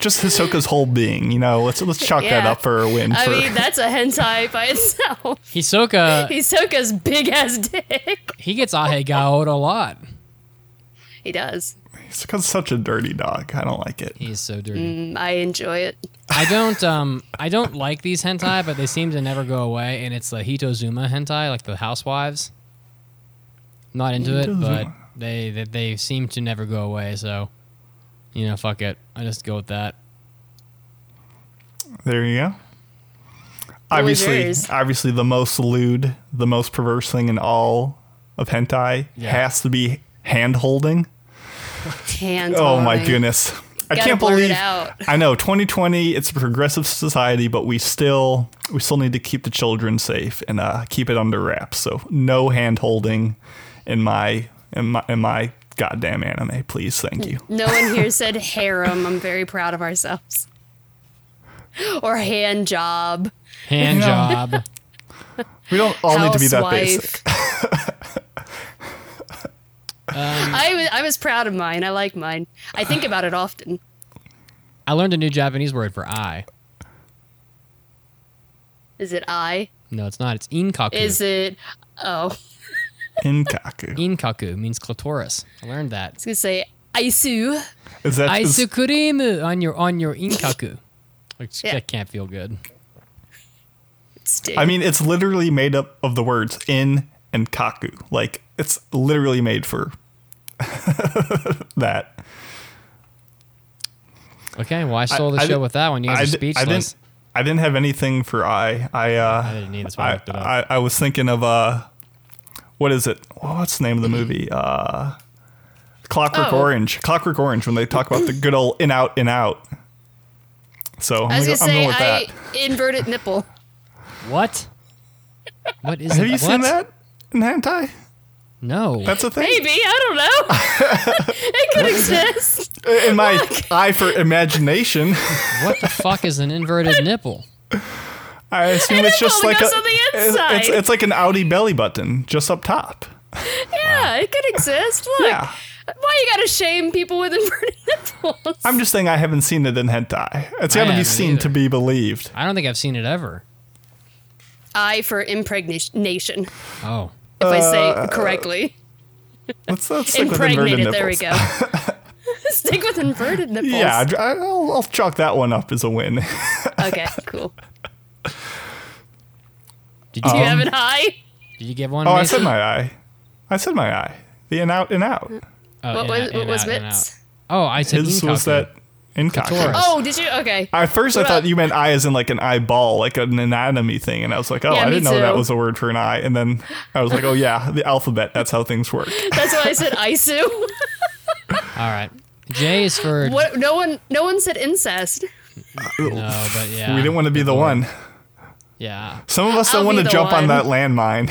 Speaker 3: just Hisoka's whole being, you know. Let's let's chalk that
Speaker 2: Yeah.
Speaker 3: up for a win.
Speaker 2: I
Speaker 3: for
Speaker 2: mean, that's a hentai by itself. <laughs>
Speaker 1: Hisoka,
Speaker 2: Hisoka's big ass dick.
Speaker 1: he gets Ahegaoed a lot.
Speaker 2: He does.
Speaker 3: <laughs> Hisoka's such a dirty dog. I don't like it.
Speaker 1: He's so dirty.
Speaker 2: Mm, I enjoy it.
Speaker 1: I don't um I don't like these hentai, but they seem to never go away. And it's the Hitozuma hentai, like the housewives. Not into it, but
Speaker 3: Hitozuma.
Speaker 1: they, they they seem to never go away. So, you know, fuck it. I just go with that.
Speaker 3: There you go.
Speaker 2: What was
Speaker 3: Obviously,
Speaker 2: yours?
Speaker 3: obviously, the most lewd, the most perverse thing in all of hentai
Speaker 1: Yeah.
Speaker 3: has to be hand holding.
Speaker 2: Hands
Speaker 3: Oh
Speaker 2: on
Speaker 3: my
Speaker 2: me.
Speaker 3: goodness. I
Speaker 2: Gotta
Speaker 3: can't
Speaker 2: blur it
Speaker 3: believe
Speaker 2: out.
Speaker 3: I know 2020 it's a progressive society but we still we still need to keep the children safe and uh, keep it under wraps. So no hand holding in my in my in my goddamn anime please thank you.
Speaker 2: No one here said harem. I'm very proud of ourselves. Or hand job.
Speaker 1: Hand job. <laughs>
Speaker 3: We don't all need to be that basic.
Speaker 2: housewife. <laughs> I, was, I was proud of mine. I like mine. I think about it often.
Speaker 1: I learned a new Japanese word for eye.
Speaker 2: Is it I?
Speaker 1: No, it's not. It's inkaku.
Speaker 2: Is it? Oh, I was
Speaker 3: Inkaku.
Speaker 1: inkaku means clitoris. I learned
Speaker 3: <laughs>
Speaker 1: that.
Speaker 2: gonna say Isu.
Speaker 3: Is that is-
Speaker 1: Aisukurimu on your on your inkaku. Which
Speaker 2: Yeah.
Speaker 1: that can't feel good.
Speaker 2: Stick.
Speaker 3: I mean it's literally made up of the words in and kaku. Like it's literally made for <laughs> that.
Speaker 1: Okay, well I stole the
Speaker 3: I
Speaker 1: show
Speaker 3: did-
Speaker 1: with that one. You guys are
Speaker 3: d-
Speaker 1: speechless.
Speaker 3: didn't. I didn't have anything for I. I. Uh, I
Speaker 1: didn't either, that's why I looked it up.
Speaker 3: I, I was thinking of uh, what is it? What's the name of
Speaker 1: Mm-hmm.
Speaker 3: the movie? Uh, Clockwork
Speaker 2: Oh.
Speaker 3: Orange. Clockwork Orange. When they talk about the good old in out in out. So I'm,
Speaker 2: I was
Speaker 3: gonna,
Speaker 2: gonna
Speaker 3: I'm going
Speaker 2: say
Speaker 3: with
Speaker 2: I
Speaker 3: that.
Speaker 2: inverted
Speaker 3: <laughs>
Speaker 2: nipple.
Speaker 1: What? What is
Speaker 3: Have
Speaker 1: it?
Speaker 3: you seen
Speaker 1: What?
Speaker 3: that in hentai?
Speaker 1: No.
Speaker 3: That's a thing.
Speaker 2: Maybe I don't know.
Speaker 3: <laughs>
Speaker 2: it could exist.
Speaker 3: In my eye for imagination,
Speaker 1: what the fuck is an inverted nipple?
Speaker 3: I assume
Speaker 2: An
Speaker 3: it's just
Speaker 2: nipple that
Speaker 3: like
Speaker 2: goes
Speaker 3: a,
Speaker 2: on the
Speaker 3: it's- It's,
Speaker 2: inside.
Speaker 3: it's like an Audi belly button, just up top.
Speaker 2: Yeah, it could exist. Look,
Speaker 3: Yeah.
Speaker 2: why you gotta shame people with inverted <laughs> nipples?
Speaker 3: I'm just saying I haven't seen it in hentai. It's got to be
Speaker 1: haven't
Speaker 3: seen
Speaker 1: either.
Speaker 3: to be believed.
Speaker 1: I don't think I've seen it ever.
Speaker 2: I for impregnation.
Speaker 1: Oh.
Speaker 2: If I say correctly,
Speaker 3: Let's, let's Uh, stick with inverted
Speaker 2: impregnated.
Speaker 3: nipples.
Speaker 2: There we go. <laughs> Stick with inverted nipples.
Speaker 3: <laughs> Yeah, I'd- I'll, I'll chalk that one up as a win. <laughs>
Speaker 2: Okay. Cool.
Speaker 1: Did you,
Speaker 3: Uh-huh.
Speaker 2: Do you
Speaker 1: give,
Speaker 2: have an eye?
Speaker 1: did you give one?
Speaker 3: Oh, I
Speaker 1: Mason?
Speaker 3: said my eye. I said my eye. The in out in out.
Speaker 1: Oh,
Speaker 2: What
Speaker 1: in,
Speaker 2: was
Speaker 1: out,
Speaker 2: what
Speaker 1: in,
Speaker 2: was
Speaker 1: out, in,
Speaker 2: Mitts?
Speaker 1: out. Oh, I said
Speaker 3: His
Speaker 1: inkaku.
Speaker 3: was that in
Speaker 1: Clitoris.
Speaker 3: cock.
Speaker 2: Oh, did you? Okay.
Speaker 3: At first, I
Speaker 2: What
Speaker 3: thought
Speaker 2: about-
Speaker 3: you meant eye as in like an eyeball, like an anatomy thing, and I was like, oh,
Speaker 2: Yeah,
Speaker 3: I
Speaker 2: me
Speaker 3: didn't know that
Speaker 2: too.
Speaker 3: was a word for an eye. And then I was like, oh yeah, the alphabet. That's how things work.
Speaker 2: That's why I said Isu.
Speaker 1: All right. J is for
Speaker 2: <laughs> What? No one. No one said incest.
Speaker 1: no, but yeah.
Speaker 3: we didn't want to be the one.
Speaker 1: Yeah.
Speaker 3: Some of us
Speaker 2: I'll
Speaker 3: don't want
Speaker 2: be
Speaker 3: to
Speaker 2: the
Speaker 3: jump on
Speaker 2: one.
Speaker 3: that landmine.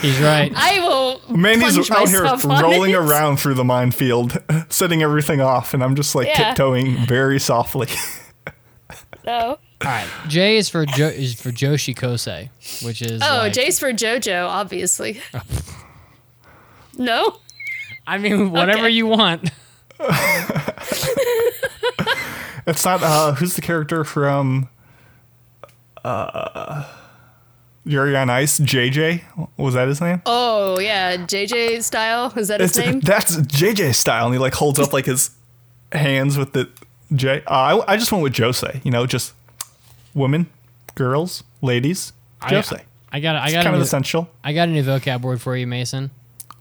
Speaker 1: He's right.
Speaker 2: I will.
Speaker 3: Mandy's
Speaker 2: plunge
Speaker 3: out here
Speaker 2: myself on
Speaker 3: rolling
Speaker 2: it.
Speaker 3: around through the minefield, <laughs> setting everything off, and I'm just like
Speaker 2: Yeah.
Speaker 3: tiptoeing very softly.
Speaker 2: <laughs>
Speaker 3: <laughs>
Speaker 2: No.
Speaker 1: All right. J is for jo- is for Joshi Kosei, which is
Speaker 2: Oh,
Speaker 1: like-
Speaker 2: J's for
Speaker 1: <laughs>
Speaker 2: JoJo, obviously. no.
Speaker 1: I mean, whatever
Speaker 2: Okay.
Speaker 1: you want.
Speaker 3: It's not uh who's the character from uh Yuri on Ice? JJ? What was that his name?
Speaker 2: Oh yeah, JJ style. Is that his
Speaker 3: It's-
Speaker 2: name?
Speaker 3: <laughs> that's JJ style, and he like holds up like his hands with the J. Uh, I, I just went with Jose, you know, just women, girls, ladies, Jose.
Speaker 1: I, I got I got a
Speaker 3: kind of
Speaker 1: new,
Speaker 3: essential.
Speaker 1: I got a new vocab word for you, Mason.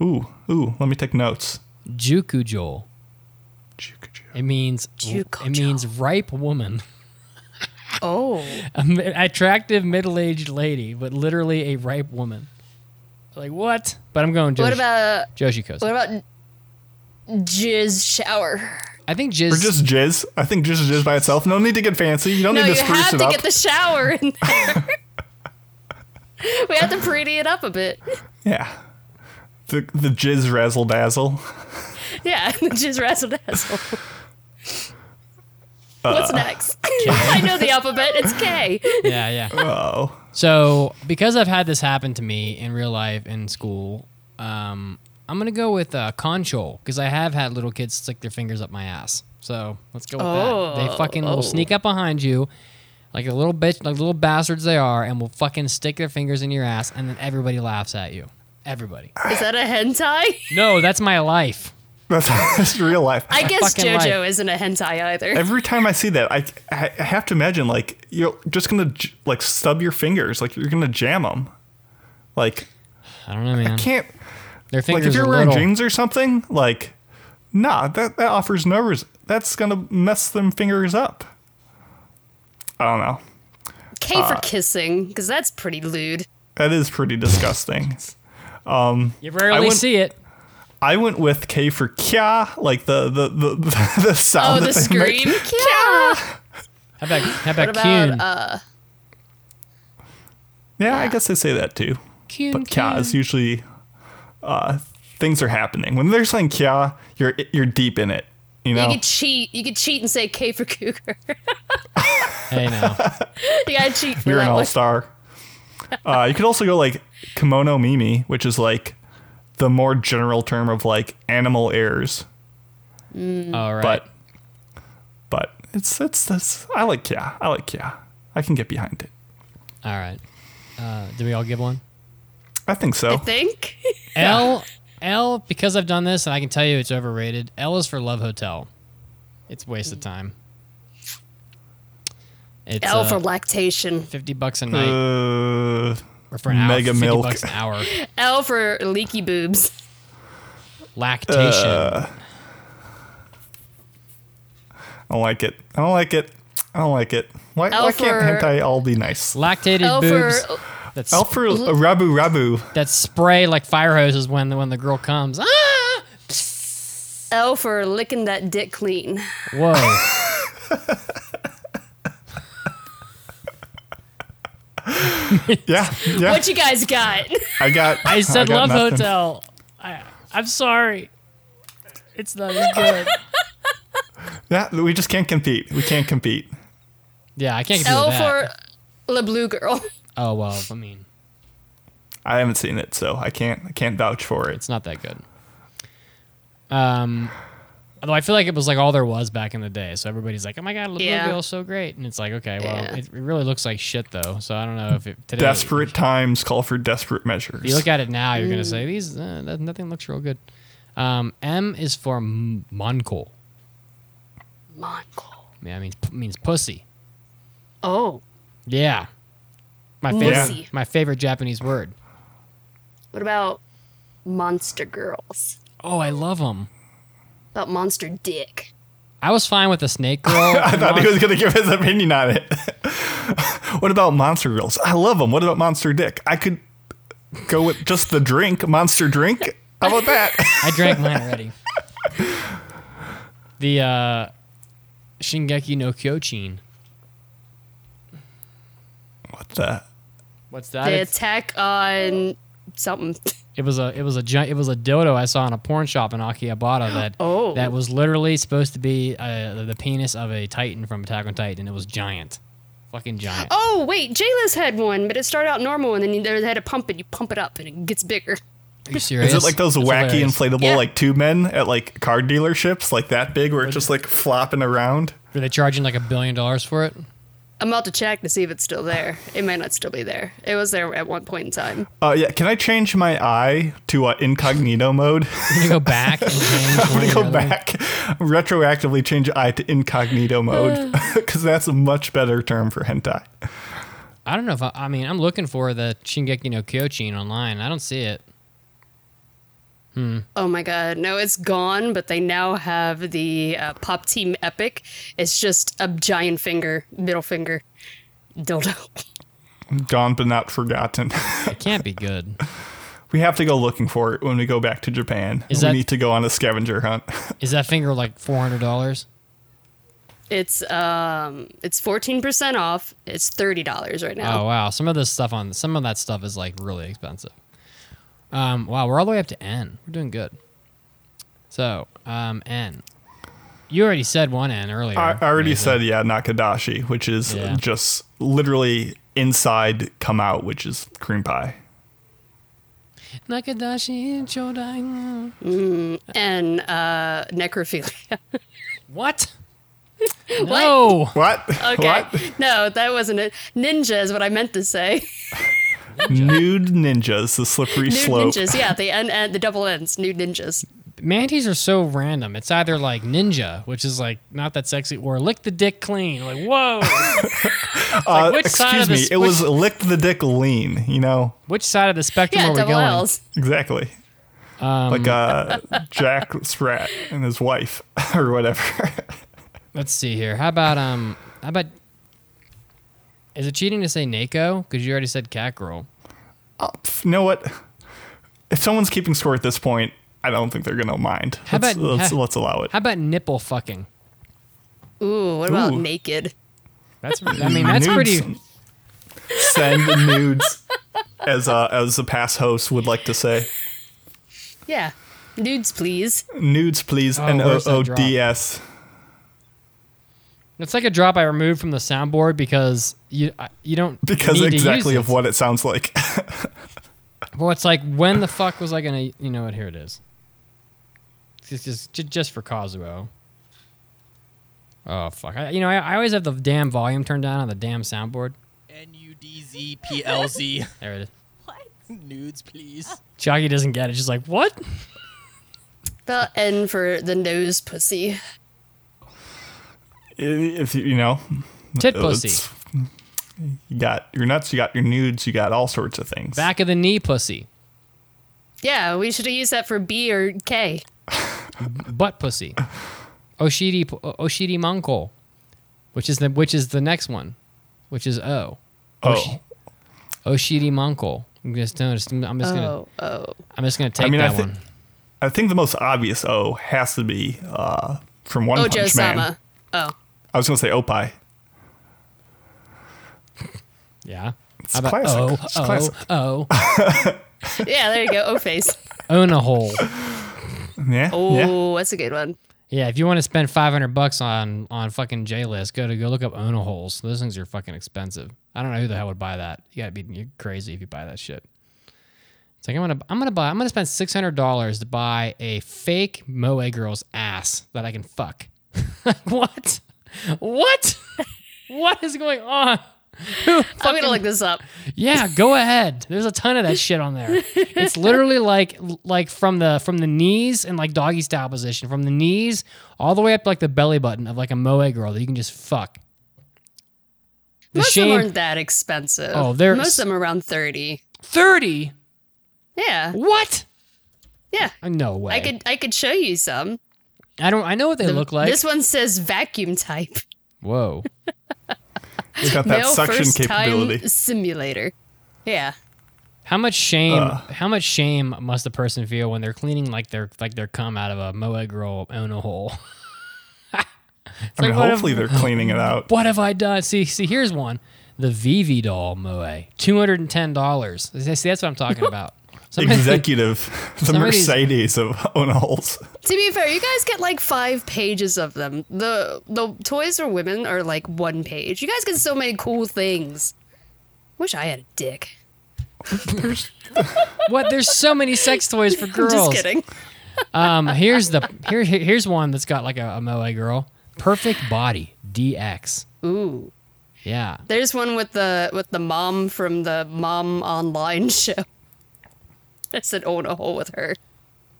Speaker 3: Ooh, ooh, let me take notes.
Speaker 1: Jukujol. It means
Speaker 2: Jukujo.
Speaker 1: it means ripe woman,
Speaker 2: Oh.
Speaker 1: An attractive middle-aged lady, but literally a ripe woman. Like what? But I'm going Joshi,
Speaker 2: What about
Speaker 1: Joshi Kosei.
Speaker 2: what about jizz shower?
Speaker 1: I think jizz.
Speaker 3: Or just jizz. I think just jizz by itself. No need to get fancy. You don't
Speaker 2: No,
Speaker 3: need
Speaker 2: you
Speaker 3: to spruce
Speaker 2: have <laughs>
Speaker 3: it
Speaker 2: to
Speaker 3: up.
Speaker 2: get the shower in there. we have to pretty it up a bit.
Speaker 3: Yeah. The the jizz razzle dazzle.
Speaker 2: Yeah, <laughs> just razzle dazzle. What's next? <laughs> I know the alphabet. It's K.
Speaker 1: <laughs> Yeah, yeah.
Speaker 3: Oh.
Speaker 1: So, because I've had this happen to me in real life in school, um, I'm gonna go with uh, conchol because I have had little kids stick their fingers up my ass. So let's go with that. They
Speaker 2: Oh,
Speaker 1: fucking will
Speaker 2: oh.
Speaker 1: sneak up behind you, like a little bitch, like little bastards they are, and will fucking stick their fingers in your ass, and then everybody laughs at you. Everybody.
Speaker 2: Is that a hentai? <laughs>
Speaker 1: No, that's my life.
Speaker 3: <laughs> That's, that's real life.
Speaker 2: I guess
Speaker 1: fucking life.
Speaker 2: JoJo isn't a hentai either.
Speaker 3: Every time I see that, I, I I have to imagine like you're just gonna j- like stub your fingers, like you're gonna jam them. Like
Speaker 1: I don't know, man.
Speaker 3: can't
Speaker 1: Their
Speaker 3: like if
Speaker 1: fingers
Speaker 3: you're
Speaker 1: are
Speaker 3: wearing
Speaker 1: little.
Speaker 3: jeans or something, like nah, that that offers no res- that's gonna mess them fingers up. I don't know.
Speaker 2: K for kissing, because that's pretty lewd.
Speaker 3: That is pretty disgusting.
Speaker 1: <laughs> you
Speaker 3: I
Speaker 1: rarely
Speaker 3: wouldn't-
Speaker 1: see it.
Speaker 3: I went with K for kya, like the the the, the, <laughs> the
Speaker 2: Oh,
Speaker 3: sound.
Speaker 2: the
Speaker 3: that they make.
Speaker 2: scream. <laughs> Yeah.
Speaker 1: How about how about,
Speaker 2: about,
Speaker 1: Kuhn?
Speaker 3: Yeah, I guess they say that too.
Speaker 1: Kuhn,
Speaker 3: But kya
Speaker 1: Kuhn.
Speaker 3: is usually uh, things are happening. When they're saying kya, you're you're deep in it. You know.
Speaker 2: You could cheat. You could cheat and say K for cougar.
Speaker 1: <laughs>
Speaker 2: <laughs>
Speaker 1: Hey now.
Speaker 2: you gotta cheat for
Speaker 3: You're an
Speaker 2: that
Speaker 3: all
Speaker 2: one.
Speaker 3: star. uh, you could also go like kimono mimi, which is like the more general term of like animal heirs.
Speaker 1: All right.
Speaker 3: But but it's it's this. I like yeah. I like yeah. I can get behind it.
Speaker 1: All right. Uh, did we all give one?
Speaker 3: I think so.
Speaker 2: I think.
Speaker 1: L L because I've done this and I can tell you it's overrated. L is for Love Hotel. It's a waste of time. It's
Speaker 2: L for
Speaker 1: uh,
Speaker 2: lactation.
Speaker 1: fifty bucks a night
Speaker 3: uh,
Speaker 1: or for an hour.
Speaker 3: mega
Speaker 1: 50
Speaker 3: milk.
Speaker 1: bucks an
Speaker 3: <laughs>
Speaker 1: hour.
Speaker 2: L for leaky boobs.
Speaker 1: Lactation.
Speaker 3: Uh, I don't like it. I don't like it. I don't like it. Why, why can't
Speaker 2: Alfred.
Speaker 3: hentai all be nice?
Speaker 1: Lactated
Speaker 2: L
Speaker 1: boobs
Speaker 2: for
Speaker 1: that,
Speaker 3: L for uh, Rabu Rabu.
Speaker 1: that spray like fire hoses when the, when the girl comes. Ah!
Speaker 2: L for licking that dick clean.
Speaker 1: Whoa.
Speaker 3: Yeah, yeah.
Speaker 2: What you guys got?
Speaker 3: I got.
Speaker 1: I said Love
Speaker 3: got nothing.
Speaker 1: Hotel. I, I'm sorry. It's not as good.
Speaker 3: Yeah, we just can't compete. We can't compete.
Speaker 1: yeah, I can't give you
Speaker 2: L
Speaker 1: that.
Speaker 2: for Le Blue Girl.
Speaker 1: oh well, I mean,
Speaker 3: I haven't seen it, so I can't. I can't vouch for it.
Speaker 1: It's not that good. Um, although I feel like it was like all there was back in the day. So everybody's like, "Oh my god,
Speaker 2: Yeah.
Speaker 1: Bluegill is so great," and it's like, okay, well,
Speaker 2: Yeah.
Speaker 1: it, it really looks like shit though. So I don't know if it today.
Speaker 3: Desperate times call for desperate measures.
Speaker 1: If you look at it now, you're gonna
Speaker 2: Mm.
Speaker 1: say these uh, no- nothing looks real good. Um, M is for m- monkol.
Speaker 2: Monocle.
Speaker 1: Yeah, it means means pussy.
Speaker 2: Oh.
Speaker 1: Yeah, my favorite
Speaker 2: Pussy.
Speaker 1: my favorite Japanese word.
Speaker 2: What about monster girls?
Speaker 1: Oh, I love them.
Speaker 2: About monster dick.
Speaker 1: I was fine with the snake girl. I
Speaker 3: <laughs> <laughs> I thought he was gonna give his opinion on it. <laughs> what about monster girls? I love them. What about monster dick? I could go with just the drink, monster drink. How about that? <laughs>
Speaker 1: I drank mine already. The uh, Shingeki no Kyojin.
Speaker 3: what the?
Speaker 1: What's that?
Speaker 2: The
Speaker 1: It's-
Speaker 2: attack on something.
Speaker 1: it was a it was a gi- it was a dildo I saw in a porn shop in Akihabara that
Speaker 2: Oh.
Speaker 1: that was literally supposed to be uh, the penis of a titan from Attack on Titan. It was giant, fucking giant.
Speaker 2: Oh wait, Jayla's had one, but it started out normal, and then you- they had a pump, and you pump it up, and it gets bigger.
Speaker 1: Are you serious?
Speaker 3: Is it like those
Speaker 1: That's
Speaker 3: wacky
Speaker 1: hilarious.
Speaker 3: inflatable
Speaker 2: Yeah.
Speaker 3: like two men at like car dealerships, like that big, where it's just like flopping around?
Speaker 1: Are they charging like a billion dollars for it?
Speaker 2: I'm about to check to see if it's still there. It may not still be there. It was there at one point in time.
Speaker 3: Uh, yeah. Can I change my eye to uh,
Speaker 1: <laughs>
Speaker 3: incognito mode?
Speaker 1: Can you go back
Speaker 3: <laughs>
Speaker 1: and change? I'm
Speaker 3: go back, retroactively change eye to
Speaker 2: <sighs>
Speaker 3: incognito mode <laughs> because that's a much better term for hentai.
Speaker 1: I don't know if I, I mean I'm looking for the Shingeki no Kyojin online. I don't see it.
Speaker 2: Oh my god, no, it's gone. But they now have the uh, Pop Team Epic. It's just a giant finger, middle finger, dildo. <laughs>
Speaker 3: Gone but not forgotten. <laughs>
Speaker 1: It can't be good.
Speaker 3: we have to go looking for it when we go back to Japan.
Speaker 1: Is
Speaker 3: we
Speaker 1: that-
Speaker 3: need to go on a scavenger hunt.
Speaker 1: Is that finger like four hundred dollars?
Speaker 2: It's um, it's fourteen percent off. It's thirty dollars right now.
Speaker 1: Oh wow, some of this stuff on some of that stuff is like really expensive. Um, wow, we're all the way up to N. We're doing good. So um, N, you already said one N earlier.
Speaker 3: I, I already
Speaker 1: Amazing.
Speaker 3: said yeah, Nakadashi, which is
Speaker 1: Yeah.
Speaker 3: just literally inside come out, which is cream pie.
Speaker 1: Nakadashi Chodai.
Speaker 2: And uh, necrophilia. <laughs>
Speaker 1: What? No.
Speaker 3: What?
Speaker 2: Okay,
Speaker 3: What?
Speaker 2: no, that wasn't it. Ninja is what I meant to say. <laughs>
Speaker 3: Nude ninjas, the slippery
Speaker 2: Nude
Speaker 3: slope.
Speaker 2: ninjas, yeah, the and the double ends, nude ninjas.
Speaker 1: Manties are so random. It's either like ninja, which is like not that sexy, or lick the dick clean. Like
Speaker 2: <laughs>
Speaker 1: whoa.
Speaker 3: Uh,
Speaker 1: which
Speaker 3: excuse
Speaker 1: side of
Speaker 3: me,
Speaker 1: this-
Speaker 3: it
Speaker 1: which-
Speaker 3: was lick the dick lean. You know
Speaker 1: which side of the spectrum
Speaker 2: Yeah,
Speaker 1: are we
Speaker 2: double
Speaker 1: going?
Speaker 2: L's.
Speaker 3: exactly.
Speaker 1: Um,
Speaker 3: like uh, Jack Sprat and his wife <laughs> or whatever.
Speaker 1: Let's see here. How about um? How about? Is it cheating to say Nako? Because you already said cat girl.
Speaker 3: Oh, pff, you know what? If someone's keeping score at this point, I don't think they're gonna mind.
Speaker 1: How
Speaker 3: let's,
Speaker 1: about-
Speaker 3: let's,
Speaker 1: ha-
Speaker 3: let's allow it.
Speaker 1: How about nipple fucking?
Speaker 2: Ooh, what about
Speaker 3: Ooh.
Speaker 2: naked?
Speaker 1: That's I mean that's
Speaker 3: Nudes.
Speaker 1: pretty. <laughs>
Speaker 3: Send nudes, as uh, as the past host would like to say.
Speaker 2: Yeah, nudes, please.
Speaker 3: Nudes, please.
Speaker 1: Oh,
Speaker 3: N o
Speaker 1: where's
Speaker 3: o
Speaker 1: that drop?
Speaker 3: d s.
Speaker 1: It's like a drop I removed from the soundboard because you I- you don't
Speaker 3: Because
Speaker 1: need to use
Speaker 3: exactly of
Speaker 1: it.
Speaker 3: what it sounds like.
Speaker 1: Well, it's like when the fuck was I gonna? You know what? Here it is. It's just ju- just for Kazuo. Oh fuck! I, you know I, I always have the damn volume turned down on the damn soundboard.
Speaker 4: N U D Z P L Z. <laughs>
Speaker 1: There it is.
Speaker 4: Nudes, please.
Speaker 1: Chucky doesn't get it. She's like, what?
Speaker 2: About N for the nose pussy.
Speaker 3: if you you know,
Speaker 1: Tit
Speaker 3: it's-
Speaker 1: pussy.
Speaker 3: You got your nuts. You got your nudes. You got all sorts of things.
Speaker 1: Back of the knee pussy.
Speaker 2: Yeah, we should have used that for B or K.
Speaker 1: butt pussy, Oshiri Oshiri Manko, which is the which is the next one, which is O.
Speaker 3: oh,
Speaker 1: Oshiri Manko. I'm just I'm just, I'm just gonna
Speaker 2: Oh, oh.
Speaker 1: I'm just gonna take
Speaker 3: mean, I
Speaker 1: that
Speaker 3: thi-
Speaker 1: one.
Speaker 3: I think the most obvious O has to be uh, from One
Speaker 2: Ojo
Speaker 3: Punch Man.
Speaker 2: Sama. Oh.
Speaker 3: I was gonna say Opie.
Speaker 1: Yeah.
Speaker 3: It's classic.
Speaker 1: Oh,
Speaker 3: It's
Speaker 1: oh,
Speaker 3: classic.
Speaker 1: oh,
Speaker 2: Yeah, there you go.
Speaker 1: <laughs>
Speaker 2: O face.
Speaker 1: own a hole.
Speaker 3: Yeah.
Speaker 2: Oh,
Speaker 3: Yeah.
Speaker 2: that's a good one.
Speaker 1: Yeah, if you want to spend 500 bucks on on fucking J list, go to go look up own a holes. Those things are fucking expensive. I don't know who the hell would buy that. You gotta be you're crazy if you buy that shit. It's like I'm gonna I'm gonna buy I'm gonna spend six hundred dollars to buy a fake moe girl's ass that I can fuck. <laughs> what? What? <laughs> what is going on?
Speaker 2: I'm going to look this up.
Speaker 1: Yeah, go ahead. There's a ton of that shit on there. It's literally like like from the from the knees and like doggy style position, from the knees all the way up to like the belly button of like a moe girl that you can just fuck. The
Speaker 2: Most of them
Speaker 1: shame
Speaker 2: aren't that expensive.
Speaker 1: Oh, they're-
Speaker 2: Most of them are around 30.
Speaker 1: thirty.
Speaker 2: Yeah.
Speaker 1: What?
Speaker 2: Yeah.
Speaker 1: No way.
Speaker 2: I could I could show you some.
Speaker 1: I don't. I know what they look like.
Speaker 2: this one says
Speaker 1: <laughs>
Speaker 2: vacuum type.
Speaker 1: Whoa.
Speaker 3: It's got that
Speaker 2: Male
Speaker 3: suction
Speaker 2: first
Speaker 3: capability.
Speaker 2: time simulator. Yeah.
Speaker 1: How much shame? how much shame must the person feel when they're cleaning like their like their cum out of a moe girl own a hole?
Speaker 3: I mean,
Speaker 1: like, what
Speaker 3: hopefully
Speaker 1: if-
Speaker 3: they're cleaning
Speaker 2: <laughs>
Speaker 3: it out.
Speaker 1: What have I done? See, see, here's one. The Vivi doll Moe, two hundred and ten dollars. See, that's what I'm
Speaker 2: <laughs>
Speaker 1: talking about. Somebody-
Speaker 3: Executive, <laughs> the
Speaker 1: somebody's-
Speaker 3: Mercedes of Onals.
Speaker 2: To be fair, you guys get like five pages of them. The the toys for women are like one page. You guys get so many cool things. Wish I had a dick.
Speaker 1: <laughs> What? There's so many sex toys for girls.
Speaker 2: I'm <laughs> just kidding.
Speaker 1: Um, here's the here here- here's one that's got like a, a Moe girl, perfect body DX.
Speaker 2: Ooh.
Speaker 1: Yeah,
Speaker 2: There's one with the with the mom from the mom online show. That's an own a hole with her.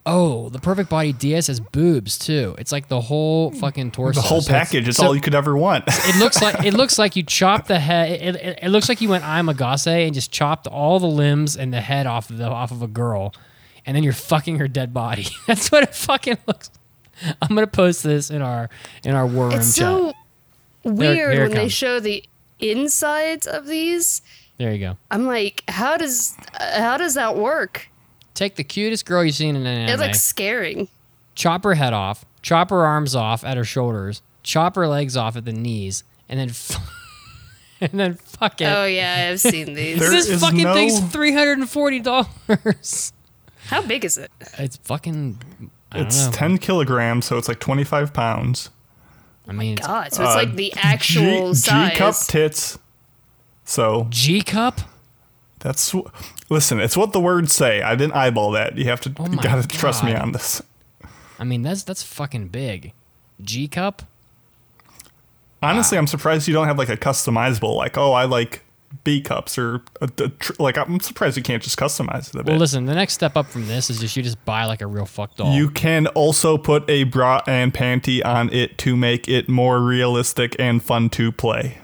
Speaker 1: Oh, the perfect body DS has boobs too. It's like the whole fucking torso.
Speaker 3: The whole
Speaker 1: So it's-
Speaker 3: package is
Speaker 1: so
Speaker 3: all you could ever want. <laughs>
Speaker 1: It looks like it looks like you chopped the head. It, it, it looks like you went Imagase and just chopped all the limbs and the head off of the off of a girl, and then you're fucking her dead body. <laughs> That's what it fucking looks. I'm gonna post this in our in our war room
Speaker 2: It's so
Speaker 1: chat.
Speaker 2: weird
Speaker 1: here it
Speaker 2: when they
Speaker 1: comes.
Speaker 2: show the insides of these.
Speaker 1: There you go.
Speaker 2: I'm like, how does uh, how does that work?
Speaker 1: Take the cutest girl you've seen in an
Speaker 2: It
Speaker 1: anime,
Speaker 2: looks scaring.
Speaker 1: chop her head off, chop her arms off at her shoulders, chop her legs off at the knees, and then f- <laughs> and then fuck it.
Speaker 2: Oh yeah,
Speaker 1: <laughs>
Speaker 2: I've seen these.
Speaker 3: There
Speaker 1: this
Speaker 3: is
Speaker 1: fucking
Speaker 3: no-
Speaker 1: thing's three hundred and forty dollars. <laughs>
Speaker 2: How big is it?
Speaker 1: It's fucking. I
Speaker 3: It's
Speaker 1: don't know.
Speaker 3: 10 kilograms, so it's like 25 pounds.
Speaker 1: I mean, it's
Speaker 2: God, Ah, so it's like the actual
Speaker 3: G,
Speaker 2: size.
Speaker 3: G cup tits. So
Speaker 1: G cup.
Speaker 3: that's wh- listen. It's what the words say. I didn't eyeball that. You have to
Speaker 1: Oh
Speaker 3: you
Speaker 1: my
Speaker 3: gotta trust me
Speaker 1: God.
Speaker 3: on this.
Speaker 1: I mean, that's that's fucking big. G cup.
Speaker 3: Honestly, I'm surprised you don't have like a customizable. Like, oh, I like B cups or a, a tr- like. I'm surprised you can't just customize the bit.
Speaker 1: Well, listen. The next step up from this is just you just buy like a real fuck doll.
Speaker 3: You can also put a bra and panty on it to make it more realistic and fun to play.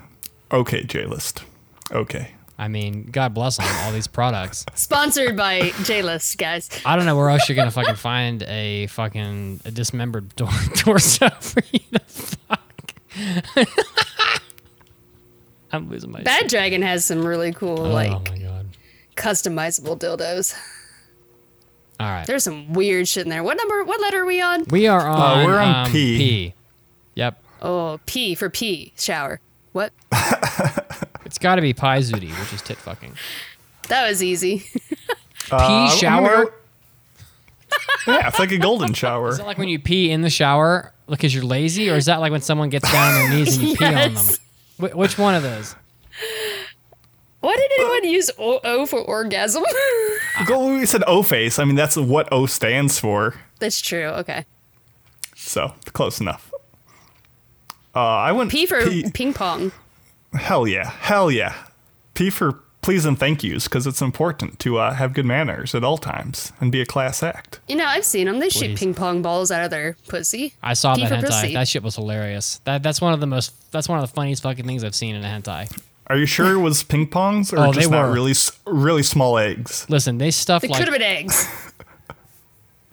Speaker 3: Okay, J List. Okay.
Speaker 1: I mean, God bless them. All these
Speaker 3: <laughs>
Speaker 1: products.
Speaker 2: Sponsored by
Speaker 1: <laughs>
Speaker 2: J-List, guys.
Speaker 1: I don't know where else you're gonna fucking find a fucking a dismembered <laughs> tor- torso for you to fuck. I'm losing my
Speaker 2: Bad
Speaker 1: shit.
Speaker 2: Dragon has some really cool,
Speaker 1: Oh
Speaker 2: <laughs> like,
Speaker 1: my god.
Speaker 2: customizable dildos.
Speaker 1: All right.
Speaker 2: There's some weird shit in there. What number? What letter are we on?
Speaker 1: We are on.
Speaker 3: Uh, we're on
Speaker 1: um,
Speaker 3: P.
Speaker 1: P. Yep.
Speaker 2: Oh, P for P. Shower. What?
Speaker 1: It's got to be Pi Zooty, which is tit fucking.
Speaker 2: That was easy. <laughs>
Speaker 3: Uh,
Speaker 1: pee
Speaker 3: I'm gonna
Speaker 1: shower.
Speaker 3: go- yeah, it's like a golden
Speaker 1: <laughs>
Speaker 3: shower.
Speaker 1: Is that like when you pee in the shower because you're lazy, or is that like when someone gets down on their knees and you pee on them?
Speaker 2: <laughs> Yes.
Speaker 1: Wh- which one of those?
Speaker 2: Why did
Speaker 3: <laughs>
Speaker 2: anyone use O, o for orgasm? <laughs>
Speaker 3: Go, it's an O face. I mean, that's what O stands for.
Speaker 2: That's true. Okay.
Speaker 3: So close enough. Uh, I went
Speaker 2: P for
Speaker 3: P-
Speaker 2: ping pong.
Speaker 3: hell yeah, hell yeah. P for please and thank yous because it's important to uh, have good manners at all times and be a class act.
Speaker 2: You know, I've seen them. They shoot
Speaker 1: Please.
Speaker 2: ping pong balls out of their pussy.
Speaker 1: I saw
Speaker 2: P
Speaker 1: that
Speaker 2: for
Speaker 1: hentai.
Speaker 2: pussy.
Speaker 1: That shit was hilarious. That that's one of the most. That's one of the funniest fucking things I've seen in a hentai.
Speaker 3: Are you sure it was ping pongs or
Speaker 1: Oh, they
Speaker 3: just not
Speaker 1: were.
Speaker 3: really s- really small eggs?
Speaker 1: Listen, they stuff
Speaker 2: They could
Speaker 1: like
Speaker 2: have been eggs.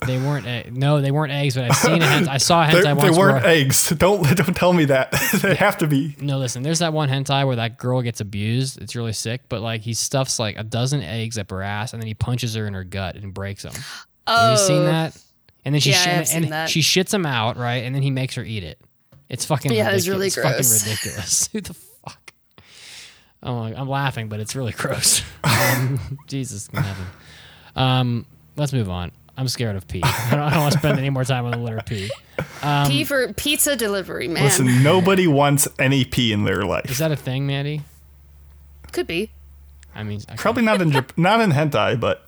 Speaker 1: they weren't. Egg- no, they weren't eggs. But I've seen a hentai. I saw a hentai
Speaker 3: They, they
Speaker 1: once.
Speaker 3: weren't
Speaker 1: where-
Speaker 3: eggs. <laughs> Don't don't tell me that. <laughs> they have to be.
Speaker 1: no, listen. There's that one hentai where that girl gets abused. It's really sick. But like he stuffs like a dozen eggs up her ass, and then he punches her in her gut and breaks them.
Speaker 2: Oh,
Speaker 1: Have you seen that? And then she
Speaker 2: Yeah, I
Speaker 1: shi-
Speaker 2: have
Speaker 1: and
Speaker 2: seen that.
Speaker 1: she shits him out, right? And then he makes her eat it. It's fucking
Speaker 2: Yeah,
Speaker 1: ridiculous.
Speaker 2: it's really gross.
Speaker 1: fucking ridiculous. <laughs> Who the fuck? I'm, like, I'm laughing, but it's really
Speaker 2: <laughs>
Speaker 1: gross. um, Jesus in heaven. Um, let's move on. I'm scared of pee. I don't, I don't want to spend any more time on the letter P. um,
Speaker 2: P for pizza delivery man.
Speaker 3: Listen, nobody wants any pee in their
Speaker 1: Is
Speaker 3: life.
Speaker 1: that a thing, Mandy?
Speaker 2: Could be.
Speaker 1: I mean, okay.
Speaker 3: Probably not in
Speaker 2: <laughs>
Speaker 3: Jap- not in hentai, but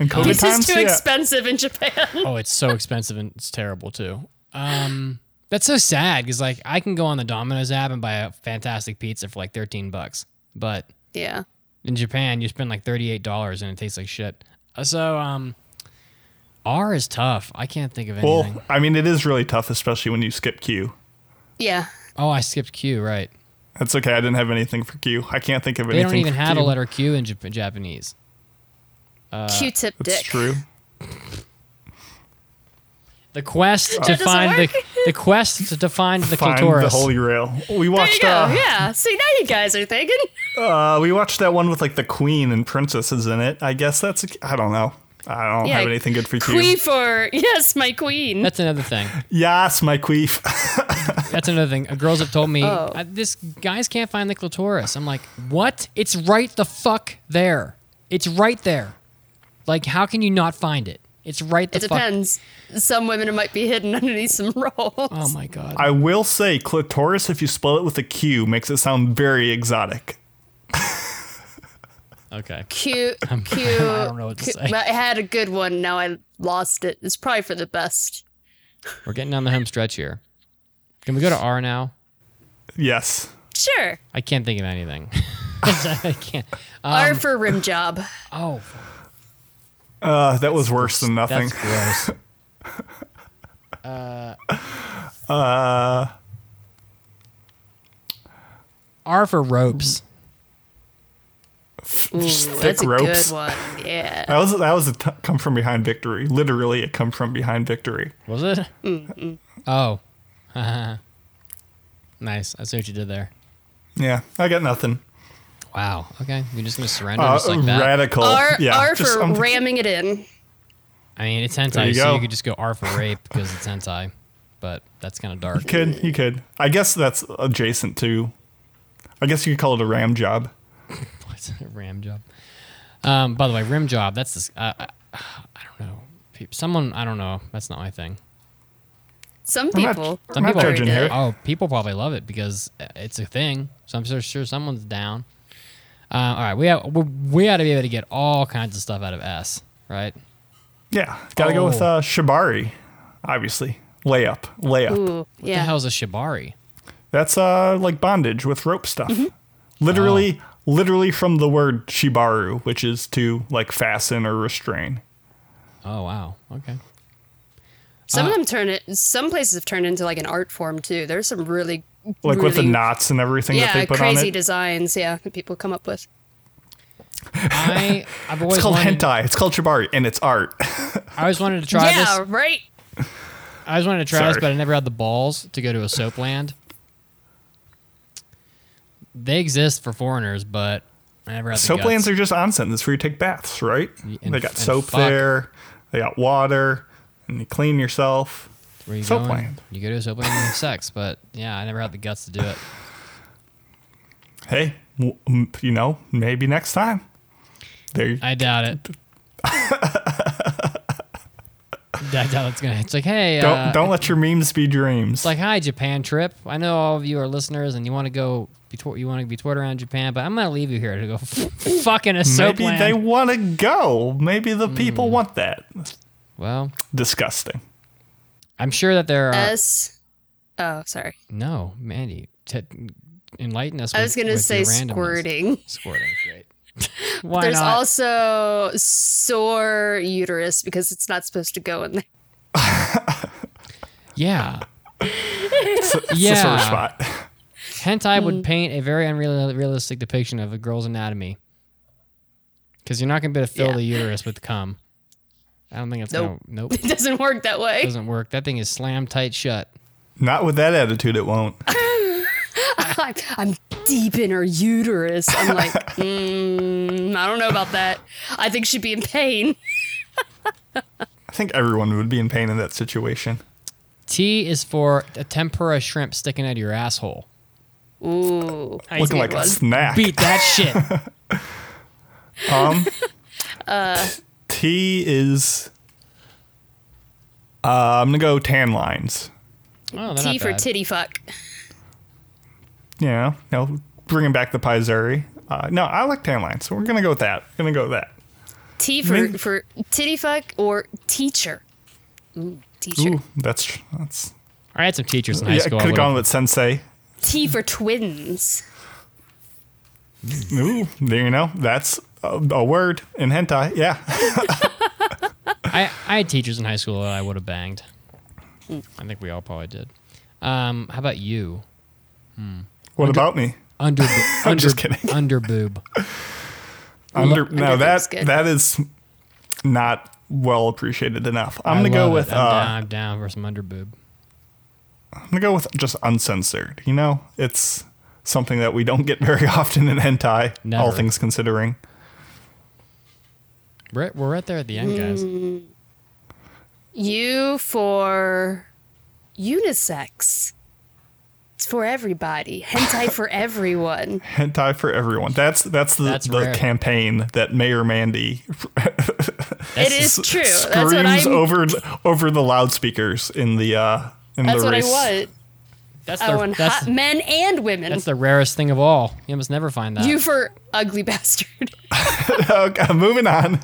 Speaker 3: in COVID
Speaker 2: It's
Speaker 3: times.
Speaker 2: just too
Speaker 3: yeah.
Speaker 2: expensive in Japan. <laughs>
Speaker 1: oh, it's so expensive and it's terrible too. Um, that's so sad because like I can go on the Domino's app and buy a fantastic pizza for like 13 bucks, but
Speaker 2: yeah.
Speaker 1: in Japan, you spend like thirty-eight dollars and it tastes like shit. Uh, So, um, R is tough. I can't think of anything.
Speaker 3: Well, I mean, it is really tough, especially when you skip Q.
Speaker 2: Yeah.
Speaker 1: oh, I skipped Q. Right?
Speaker 3: That's okay. I didn't have anything for Q. I can't think of
Speaker 1: They
Speaker 3: anything.
Speaker 1: don't even
Speaker 3: for
Speaker 1: have
Speaker 3: Q.
Speaker 1: a letter Q in Jap- Japanese. Uh,
Speaker 2: Q-tip
Speaker 3: That's
Speaker 2: dick. <laughs>
Speaker 3: true.
Speaker 1: The quest to
Speaker 2: doesn't
Speaker 1: find the
Speaker 2: work.
Speaker 1: the quest to, to find the
Speaker 3: Find
Speaker 1: clitoris.
Speaker 3: the holy grail. We
Speaker 2: There you
Speaker 3: watched.
Speaker 2: go.
Speaker 3: Uh,
Speaker 2: yeah. See, now you guys are thinking.
Speaker 3: uh, we watched that one with like the queen and princesses in it. I guess that's. A, I don't know. I don't
Speaker 2: Yeah.
Speaker 3: have anything good for
Speaker 2: Queen
Speaker 3: Q.
Speaker 2: for <laughs> yes, my queen.
Speaker 1: That's another thing.
Speaker 3: Yes, my queef. <laughs>
Speaker 1: That's another thing. Uh, Girls have told me
Speaker 2: Oh.
Speaker 1: uh, this guys can't find the clitoris. I'm like, what? It's right the fuck there. It's right there. Like, how can you not find it? It's right the
Speaker 2: it
Speaker 1: fuck.
Speaker 2: depends. Some women it might be hidden <laughs> underneath some rolls.
Speaker 1: Oh my god.
Speaker 3: I will say clitoris, if you spell it with a Q, makes it sound very exotic.
Speaker 1: Okay.
Speaker 2: Q Q.
Speaker 3: <laughs>
Speaker 1: I don't know what to
Speaker 2: Q-
Speaker 1: say.
Speaker 2: I had a good one. Now I lost it. It's probably for the best.
Speaker 1: We're getting down the home stretch here. Can we go to R now?
Speaker 3: Yes.
Speaker 2: Sure.
Speaker 1: I can't think of anything. <laughs> I can't.
Speaker 3: Um,
Speaker 2: R for rim job.
Speaker 1: Oh,
Speaker 3: Uh, that was worse than nothing.
Speaker 1: that's
Speaker 3: <laughs>
Speaker 1: gross.
Speaker 3: Uh,
Speaker 1: R for ropes.
Speaker 2: Ooh,
Speaker 3: <sighs> thick
Speaker 2: that's a good
Speaker 3: ropes.
Speaker 2: one. Yeah.
Speaker 3: <laughs> That was that was a t- come from behind victory. Literally, it come from behind victory.
Speaker 1: Was it? Oh. <laughs> nice. I see what you did there.
Speaker 3: Yeah, I got nothing.
Speaker 1: Wow. Okay. You're just going to surrender
Speaker 3: Uh,
Speaker 1: just like that?
Speaker 3: radical.
Speaker 2: R
Speaker 3: yeah,
Speaker 2: R
Speaker 3: just
Speaker 2: for
Speaker 3: um,
Speaker 2: ramming it in.
Speaker 1: I mean, it's hentai,
Speaker 3: There you
Speaker 1: so
Speaker 3: go.
Speaker 1: you could just go R for rape because it's hentai. but that's kind of dark.
Speaker 3: <laughs> Could you could? I guess that's adjacent to. I guess you could call it a ram job.
Speaker 1: What's a ram job? Um, by the way, rim job. That's this. I I, I don't know. Peop- Someone I don't know. That's not my thing.
Speaker 2: Some
Speaker 3: I'm not-
Speaker 2: people.
Speaker 3: I'm not
Speaker 2: are very
Speaker 3: judging
Speaker 2: good.
Speaker 3: here.
Speaker 1: Oh, people probably love it because uh, it's a thing. So I'm sure, sure someone's down. Uh, all right, we have we, we ought to be able to get all kinds of stuff out of S, right?
Speaker 3: Yeah, gotta go with
Speaker 1: Oh.
Speaker 3: uh, shibari, obviously. Layup, layup.
Speaker 2: Ooh,
Speaker 1: What the
Speaker 3: Uh,
Speaker 2: yeah.
Speaker 1: hell's a shibari?
Speaker 3: That's uh like bondage with rope stuff.
Speaker 2: Mm-hmm.
Speaker 3: Literally,
Speaker 1: Oh.
Speaker 3: literally from the word shibaru, which is to like fasten or restrain.
Speaker 1: Oh wow. Okay.
Speaker 2: Some of them turn it. Some places have turned into like an art form too. There's some really
Speaker 3: Like with the
Speaker 2: really-
Speaker 3: knots and everything that
Speaker 2: Yeah,
Speaker 3: they put
Speaker 2: crazy
Speaker 3: on it.
Speaker 2: designs. Yeah, that people come up with.
Speaker 1: <laughs> I I've always
Speaker 3: It's called
Speaker 1: wanted,
Speaker 3: hentai. It's called shibari, and it's art.
Speaker 1: I always wanted to try
Speaker 2: yeah,
Speaker 1: this.
Speaker 2: right.
Speaker 1: I always wanted to try this,
Speaker 3: Sorry.
Speaker 1: but I never had the balls to go to a soap land. They exist for foreigners, but I never had the
Speaker 3: soap
Speaker 1: guts.
Speaker 3: lands are just onsen. That's where you take baths, right?
Speaker 1: and
Speaker 3: they got
Speaker 1: f- and
Speaker 3: soap
Speaker 1: fuck.
Speaker 3: there. They got water, and you clean yourself.
Speaker 1: Where you
Speaker 3: soap
Speaker 1: going?
Speaker 3: land.
Speaker 1: You go to a soap land and have sex, but yeah, I never had the guts to do it.
Speaker 3: Hey, w- m- you know, maybe next time. There.
Speaker 1: I doubt
Speaker 3: <laughs>
Speaker 1: it. I doubt it's gonna. It's like, hey,
Speaker 3: don't
Speaker 1: uh,
Speaker 3: don't let your memes be dreams.
Speaker 1: It's like, hi, Japan trip. I know all of you are listeners, and you want to go, be tw- you want to be toured around Japan, but I'm gonna leave you here to go <laughs> f- fucking a soap
Speaker 3: maybe
Speaker 1: land. Mm.
Speaker 3: they want to go. Maybe the people want that.
Speaker 1: well,
Speaker 3: Disgusting.
Speaker 1: I'm sure that
Speaker 3: Uh.
Speaker 1: there are.
Speaker 2: S. Oh, sorry.
Speaker 1: no, Mandy, t- enlighten us.
Speaker 2: I
Speaker 1: with-
Speaker 2: was gonna
Speaker 1: with
Speaker 2: say
Speaker 1: your randomness.
Speaker 2: squirting.
Speaker 1: Squirting, great.
Speaker 2: <laughs>
Speaker 1: Why
Speaker 2: There's
Speaker 1: not?
Speaker 2: also sore uterus because it's not supposed to go in there. <laughs>
Speaker 1: yeah,
Speaker 3: It's a sore
Speaker 1: Yeah.
Speaker 3: spot. <laughs>
Speaker 1: hentai
Speaker 2: Mm.
Speaker 1: would paint a very unrealistic depiction of a girl's anatomy because you're not gonna be able to fill
Speaker 2: Yeah.
Speaker 1: the uterus with cum. I don't think it's
Speaker 2: Nope.
Speaker 1: gonna. Nope,
Speaker 2: It doesn't work that way.
Speaker 1: doesn't work. That thing is slammed tight shut.
Speaker 3: Not with that attitude, it won't.
Speaker 2: I'm, <laughs> I'm deep in her uterus.
Speaker 1: <laughs>
Speaker 2: I'm like, mm, I don't know about that. I think she'd be in pain.
Speaker 3: I think everyone would be in pain in that situation.
Speaker 1: T is for a tempura shrimp sticking out of your asshole.
Speaker 2: Ooh, I
Speaker 3: Looking
Speaker 2: see
Speaker 3: like a
Speaker 2: one.
Speaker 3: snack.
Speaker 1: Beat that
Speaker 3: <laughs>
Speaker 1: shit.
Speaker 3: Um, T is. Uh, I'm gonna go tan lines.
Speaker 1: Oh, they're
Speaker 2: T
Speaker 1: not
Speaker 2: for
Speaker 1: bad.
Speaker 2: titty fuck.
Speaker 3: Yeah, you know, bringing back the Pizuri. Uh, no, I like tan lines, so we're gonna go with that. Gonna go with that.
Speaker 2: T for
Speaker 3: Maybe-
Speaker 2: for titty fuck or teacher. Ooh, teacher.
Speaker 3: Ooh, that's tr- that's.
Speaker 1: I had some teachers in high
Speaker 3: Yeah, could
Speaker 1: school. I
Speaker 3: have gone
Speaker 1: would've-
Speaker 3: with sensei.
Speaker 2: T for twins.
Speaker 3: Ooh, there you know, that's a, a word in hentai. Yeah, <laughs>
Speaker 1: I, I had teachers in high school that I would have banged.
Speaker 2: Mm.
Speaker 1: I think we all probably did. Um, how about you?
Speaker 3: What about me? <laughs>
Speaker 1: Under, under,
Speaker 3: just kidding.
Speaker 1: under boob.
Speaker 3: Under,
Speaker 2: under
Speaker 3: no,
Speaker 2: boob's
Speaker 3: that
Speaker 2: good.
Speaker 3: that is not well appreciated enough. <laughs> I'm
Speaker 1: I
Speaker 3: gonna go
Speaker 1: love it.
Speaker 3: with
Speaker 1: I'm, down,
Speaker 3: uh,
Speaker 1: I'm down for some under boob.
Speaker 3: I'm gonna go with just uncensored. You know, it's something that we don't get very <laughs> often in hentai. All
Speaker 1: Never.
Speaker 3: things considering,
Speaker 1: We're, at- we're right there at the end, guys.
Speaker 2: Mm. U for unisex. It's for everybody. Hentai
Speaker 3: <laughs>
Speaker 2: for everyone.
Speaker 3: hentai for everyone. That's that's the,
Speaker 1: That's
Speaker 3: the
Speaker 1: rare.
Speaker 3: campaign that Mayor Mandy
Speaker 2: It is true. That's what
Speaker 3: screams
Speaker 2: I'm.
Speaker 3: over over the loudspeakers in the uh in
Speaker 2: that's
Speaker 3: the
Speaker 2: what I
Speaker 3: race.
Speaker 2: want.
Speaker 1: That's
Speaker 2: I
Speaker 1: the,
Speaker 2: want
Speaker 1: that's,
Speaker 2: hot men and women.
Speaker 1: that's the rarest thing of all. You must never find that.
Speaker 2: You for ugly <laughs> bastard.
Speaker 3: <laughs> okay, moving on.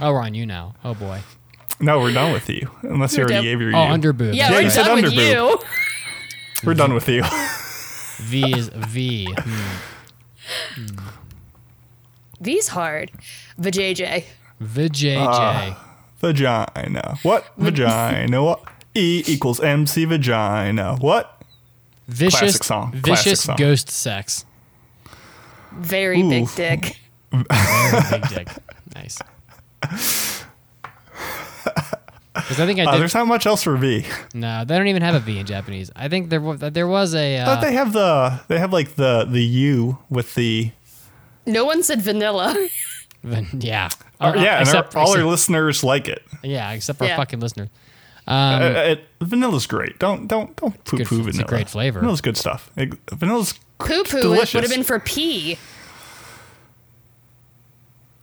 Speaker 1: oh, we're on you now. Oh, boy.
Speaker 3: No, we're done with you. Unless
Speaker 2: We're
Speaker 3: you already
Speaker 2: done.
Speaker 3: gave your
Speaker 1: Oh,
Speaker 3: you.
Speaker 1: under boob.
Speaker 2: Yeah,
Speaker 1: that's
Speaker 2: we're
Speaker 3: you
Speaker 1: right.
Speaker 3: said
Speaker 2: done with
Speaker 3: underboob.
Speaker 2: you.
Speaker 3: we're done with you. <laughs>
Speaker 1: V is V. Hmm.
Speaker 2: V's hard. Vajayjay.
Speaker 1: VJJ.
Speaker 3: Ah, vagina. What vagina? What E equals MC vagina. What?
Speaker 1: vicious
Speaker 3: classic song, classic
Speaker 1: vicious
Speaker 3: song.
Speaker 1: ghost sex
Speaker 2: Very big
Speaker 3: Ooh.
Speaker 2: dick.
Speaker 1: big dick
Speaker 3: <laughs>
Speaker 1: nice because i think i
Speaker 3: Uh,
Speaker 1: did
Speaker 3: there's not much else for V.
Speaker 1: Uh, no they don't even have a v in japanese i think there was there was a
Speaker 3: I thought
Speaker 1: uh,
Speaker 3: they have the they have like the the U with the
Speaker 2: No one said
Speaker 3: <laughs>
Speaker 2: vanilla.
Speaker 1: yeah
Speaker 3: Uh, yeah, and our,
Speaker 1: except,
Speaker 3: all our
Speaker 1: Uh, except-
Speaker 3: listeners like it.
Speaker 1: yeah except for
Speaker 2: Yeah.
Speaker 1: fucking listeners
Speaker 3: Uh, it- vanilla's great. Don't don't don't poo poo
Speaker 1: good-
Speaker 3: vanilla.
Speaker 1: Um, it's a great flavor.
Speaker 3: Vanilla's good stuff. It, vanilla's
Speaker 2: Poo poo would
Speaker 3: delicious.
Speaker 2: have been for pee. <laughs>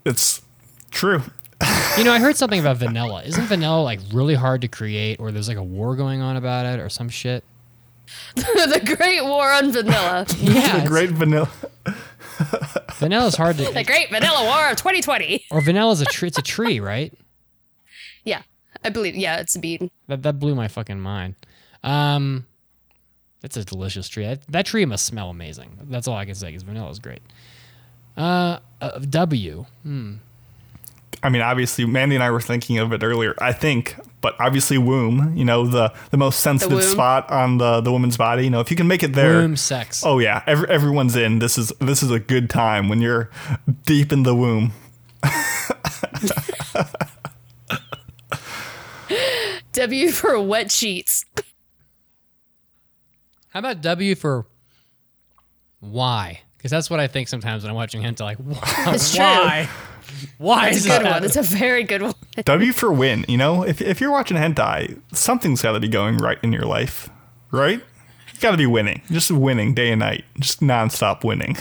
Speaker 3: It's true.
Speaker 1: You know, I heard something about vanilla. Isn't vanilla like really hard to create, or there's like a war going on about it, or some shit?
Speaker 2: the Great War on Vanilla.
Speaker 1: Yeah,
Speaker 3: the great vanilla.
Speaker 1: vanilla's hard to.
Speaker 2: the Great Vanilla War of 2020.
Speaker 1: or vanilla's a tree. It's a tree, right?
Speaker 2: Yeah, I believe. Yeah, it's a bean.
Speaker 1: That that blew my fucking mind. Um, that's a delicious tree. That, that tree must smell amazing. That's all I can say because vanilla is great. Uh, uh, W.
Speaker 3: I mean, obviously, Mandy and I were thinking of it earlier. I think, but obviously, womb. You know, the the most sensitive
Speaker 2: womb.
Speaker 3: spot on the the woman's body. You know, if you can make it there.
Speaker 1: Boom sex.
Speaker 3: Oh yeah, every, everyone's in. This is this is a good time when you're deep in the womb.
Speaker 2: W for wet sheets.
Speaker 1: How about W for why? Because that's what I think sometimes when I'm watching hentai. Like, <laughs> why?
Speaker 2: It's true.
Speaker 1: Why, why
Speaker 2: It's
Speaker 1: is
Speaker 2: a good
Speaker 1: that?
Speaker 2: one. It's a very good one.
Speaker 3: W for win. You know, if if you're watching hentai, something's got to be going right in your life, right? You got to be winning, just winning day and night, just nonstop winning. <laughs>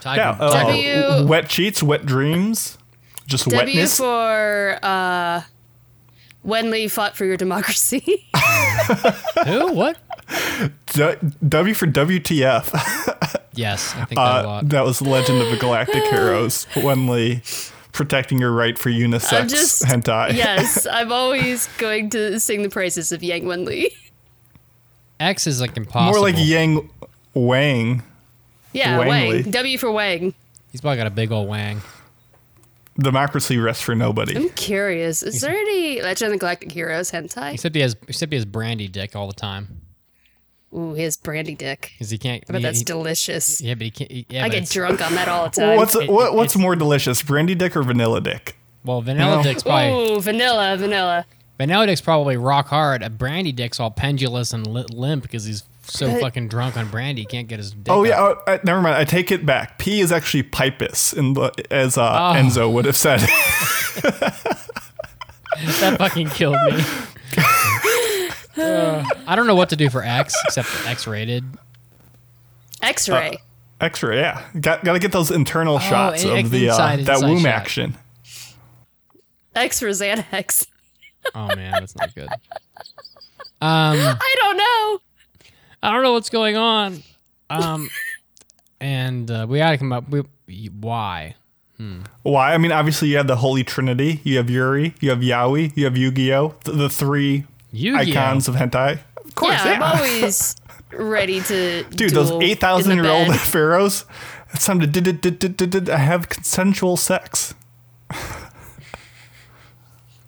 Speaker 1: Tiger,
Speaker 3: yeah, uh,
Speaker 1: tiger-
Speaker 2: W-
Speaker 3: wet cheats, wet dreams, just
Speaker 2: W
Speaker 3: wetness.
Speaker 2: for uh, Wenli fought for your democracy. <laughs>
Speaker 3: uh,
Speaker 1: who? What?
Speaker 3: D- w for WTF.
Speaker 1: Yes, I think that a
Speaker 3: Uh,
Speaker 1: lot.
Speaker 3: that was Legend of the
Speaker 1: <laughs>
Speaker 3: Galactic Heroes. Wenli protecting your right for unisex
Speaker 2: I'm just
Speaker 3: hentai.
Speaker 2: yes, I'm always going to sing the praises of Yang Wenli. <laughs>
Speaker 1: X is like impossible.
Speaker 3: <laughs> More like Yang Wang.
Speaker 2: Yeah,
Speaker 3: Wangly.
Speaker 2: Wang. W for Wang.
Speaker 1: He's probably got a big old wang.
Speaker 3: Democracy rests for nobody.
Speaker 2: I'm curious. Is there any Legend of the Galactic Heroes hentai?
Speaker 1: Except he has, except he has brandy dick all the time
Speaker 2: Ooh, his brandy dick.
Speaker 1: because he can't.
Speaker 2: I bet
Speaker 1: he-
Speaker 2: that's
Speaker 1: he-
Speaker 2: delicious.
Speaker 1: Yeah, but he can't. he- yeah,
Speaker 2: I
Speaker 1: but
Speaker 2: get
Speaker 1: it's-
Speaker 2: drunk on that all the time.
Speaker 3: What's
Speaker 1: It-
Speaker 3: what,
Speaker 1: it-
Speaker 3: what's
Speaker 1: it's-
Speaker 3: more delicious, brandy dick or vanilla dick?
Speaker 1: Well, vanilla
Speaker 3: No.
Speaker 1: dick's probably
Speaker 2: Ooh, vanilla, vanilla.
Speaker 1: vanilla dick's probably rock hard. A brandy dick's all pendulous and li- limp because he's so fucking drunk on brandy, he can't get his. Dick
Speaker 3: Oh yeah,
Speaker 1: up.
Speaker 3: oh, uh, never mind. I take it back. P is actually pipus, in the, as uh,
Speaker 1: Ah.
Speaker 3: Enzo would have said. <laughs>
Speaker 1: that fucking killed me.
Speaker 3: <laughs>
Speaker 1: Uh, I don't know what to do for X except X rated.
Speaker 2: X-ray.
Speaker 3: Extra, yeah. Got got to get those internal shots
Speaker 1: in-
Speaker 3: of the uh,
Speaker 1: Oh, inside-
Speaker 3: that
Speaker 1: inside
Speaker 3: womb
Speaker 1: shot.
Speaker 3: action.
Speaker 2: X for Xanax. <laughs>
Speaker 1: Oh man, that's not good. Um,
Speaker 2: I don't know.
Speaker 1: I don't know what's going on. Um, and uh, we gotta come up. We why?
Speaker 3: Why? I mean, obviously you have the Holy Trinity. You have Yuri. You have Yaoi. You have Yu-Gi-Oh. The, the 3
Speaker 1: Yu-Gi-Oh.
Speaker 3: icons of hentai. Of course,
Speaker 2: yeah,
Speaker 3: yeah.
Speaker 2: I'm always ready to.
Speaker 3: <laughs> Dude, those
Speaker 2: duel
Speaker 3: eight thousand
Speaker 2: in
Speaker 3: year
Speaker 2: the
Speaker 3: old <laughs>
Speaker 2: bed.
Speaker 3: pharaohs. It's time to did did did did did did have consensual sex.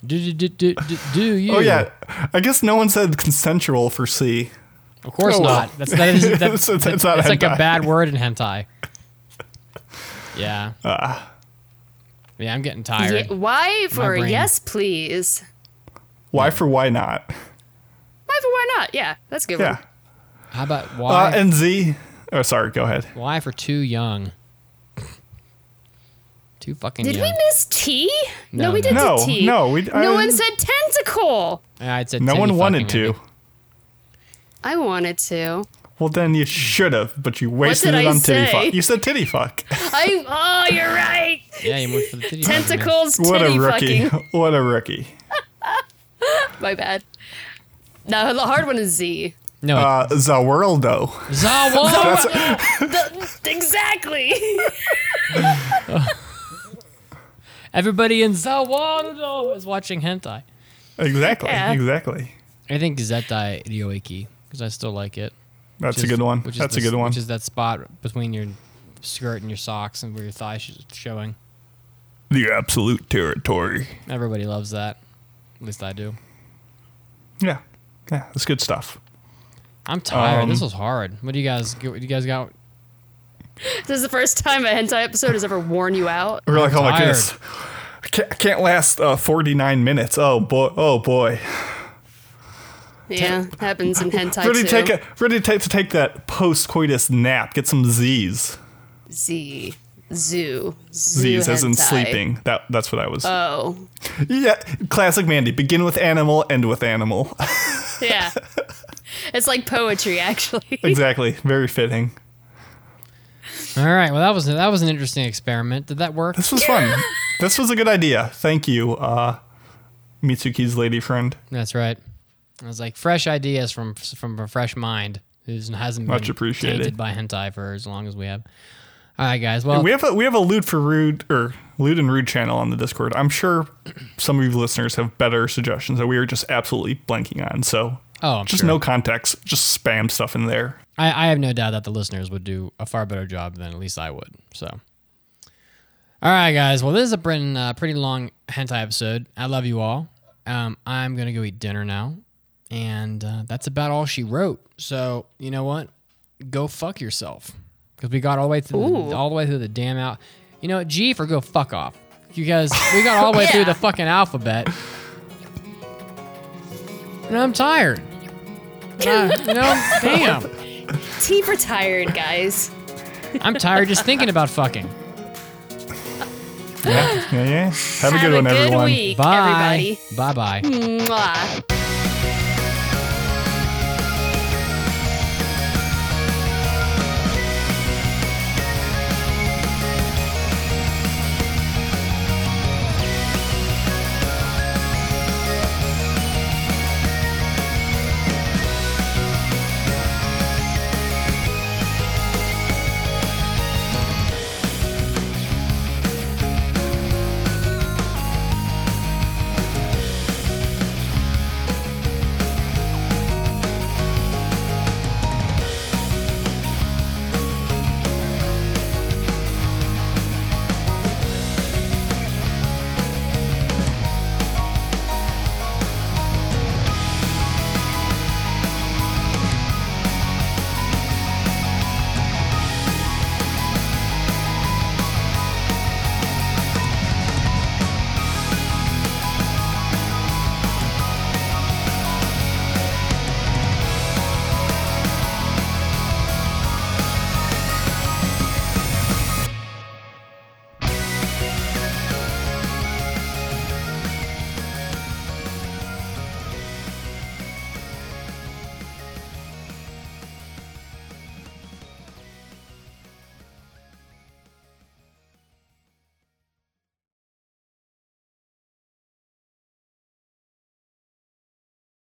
Speaker 1: Do, do, do, do, do, do you?
Speaker 3: Oh yeah, I guess no one said consensual for C.
Speaker 1: Of course
Speaker 3: Oh, well.
Speaker 1: not. That's that is that,
Speaker 3: <laughs> It's- it's-
Speaker 1: that's,
Speaker 3: it's not
Speaker 1: that's like a
Speaker 3: hentai.
Speaker 1: bad word in
Speaker 3: <laughs>
Speaker 1: hentai. Yeah.
Speaker 3: Uh.
Speaker 1: yeah, I'm getting tired.
Speaker 2: Ye- why for
Speaker 1: brain.
Speaker 2: yes, please?
Speaker 3: Why for why not?
Speaker 2: Why for why not? Yeah, that's a good
Speaker 3: Yeah.
Speaker 2: one.
Speaker 1: How about
Speaker 3: Uh,
Speaker 1: why?
Speaker 3: and Z. Oh, sorry. Go ahead.
Speaker 1: why for too young? Too fucking
Speaker 2: Did
Speaker 1: young.
Speaker 2: we miss T? No,
Speaker 1: No,
Speaker 2: we
Speaker 1: no.
Speaker 2: didn't
Speaker 3: No,
Speaker 2: do T.
Speaker 3: no, we- I-
Speaker 2: no one said tentacle.
Speaker 1: Yeah, I'd said
Speaker 3: No
Speaker 1: titty
Speaker 3: one wanted
Speaker 1: fucking, I
Speaker 3: to.
Speaker 1: think.
Speaker 2: I wanted to.
Speaker 3: Well, then you should have, but you wasted
Speaker 2: did
Speaker 3: it
Speaker 2: I
Speaker 3: on titty
Speaker 2: say?
Speaker 3: fuck. You said titty fuck.
Speaker 2: I. Oh, you're right.
Speaker 1: Yeah, you went for the titty fucking, man.
Speaker 2: Tentacles.
Speaker 3: what a
Speaker 2: titty
Speaker 3: rookie. <laughs>
Speaker 2: Fucking.
Speaker 3: What a rookie.
Speaker 2: My bad. No, the hard one is Z.
Speaker 1: No,
Speaker 2: <laughs>
Speaker 3: Uh, Zawirldo.
Speaker 1: Zawa.
Speaker 2: The- exactly. <laughs>
Speaker 1: Everybody in Zawado is watching hentai.
Speaker 3: Exactly.
Speaker 2: Yeah.
Speaker 3: Exactly.
Speaker 1: I think Zetai Ryoiki because I still like it.
Speaker 3: That's
Speaker 1: which
Speaker 3: a
Speaker 1: is-
Speaker 3: good one.
Speaker 1: which is
Speaker 3: That's a
Speaker 1: this-
Speaker 3: good one.
Speaker 1: Which is that spot between your skirt and your socks and where your thigh sh- showing.
Speaker 3: the absolute territory.
Speaker 1: Everybody loves that. At least I do.
Speaker 3: Yeah. Yeah. That's good stuff.
Speaker 1: I'm tired.
Speaker 3: Um,
Speaker 1: this was hard. What do you guys? What do you guys got?
Speaker 2: This is the first time a hentai episode has ever worn you out.
Speaker 3: We're like, oh my
Speaker 1: tired.
Speaker 3: goodness. I can't, I can't last uh, 49 minutes. Oh boy. Oh boy.
Speaker 2: Yeah, happens in hentai
Speaker 3: Ready
Speaker 2: too.
Speaker 3: to take a ready to take, to take that post coitus nap. Get some Z's.
Speaker 2: Z. Zoo. Zoo
Speaker 3: Z's as in
Speaker 2: hentai.
Speaker 3: sleeping. That that's what I was.
Speaker 2: Oh.
Speaker 3: yeah, classic Mandy. Begin with animal, end
Speaker 2: <laughs>
Speaker 3: with animal. <laughs>
Speaker 2: Yeah. it's like poetry, actually.
Speaker 3: exactly. Very fitting.
Speaker 1: All right. Well, that was that was an interesting experiment. Did that work?
Speaker 3: This was fun. this was a good idea. Thank you, uh, Mitsuki's lady friend.
Speaker 1: That's right. I was like fresh ideas from from a fresh mind who hasn't
Speaker 3: Much
Speaker 1: been
Speaker 3: appreciated.
Speaker 1: tainted by hentai for as long as we have. All right, guys. Well,
Speaker 3: We have a we have a lewd for rude or lewd and rude channel on the Discord. I'm sure some of you listeners have better suggestions that we are just absolutely blanking on. So
Speaker 1: oh, I'm
Speaker 3: just
Speaker 1: sure.
Speaker 3: no context, just spam stuff
Speaker 2: <gasps>
Speaker 3: in there.
Speaker 1: I, I have no doubt that the listeners would do a far better job than at least I would. So, all right, guys. Well, this is a pretty, uh, pretty long hentai episode. I love you all. Um, I'm gonna go eat dinner now, and uh, that's about all she wrote. So you know what? Go fuck yourself, because we got all the way through
Speaker 2: Ooh.
Speaker 1: the, all the way through the damn out. You know what? G for go fuck off, because we got all the way through
Speaker 2: <laughs> Yeah.
Speaker 1: the fucking alphabet, and I'm tired. Uh, you
Speaker 2: <laughs>
Speaker 1: know, damn.
Speaker 2: T for tired, guys.
Speaker 1: I'm tired just thinking about fucking.
Speaker 3: Yeah, yeah, yeah. Have a good
Speaker 2: Have
Speaker 3: one,
Speaker 2: a good
Speaker 3: everyone.
Speaker 2: week,
Speaker 1: Bye.
Speaker 2: everybody.
Speaker 1: Bye bye.
Speaker 2: Mwah.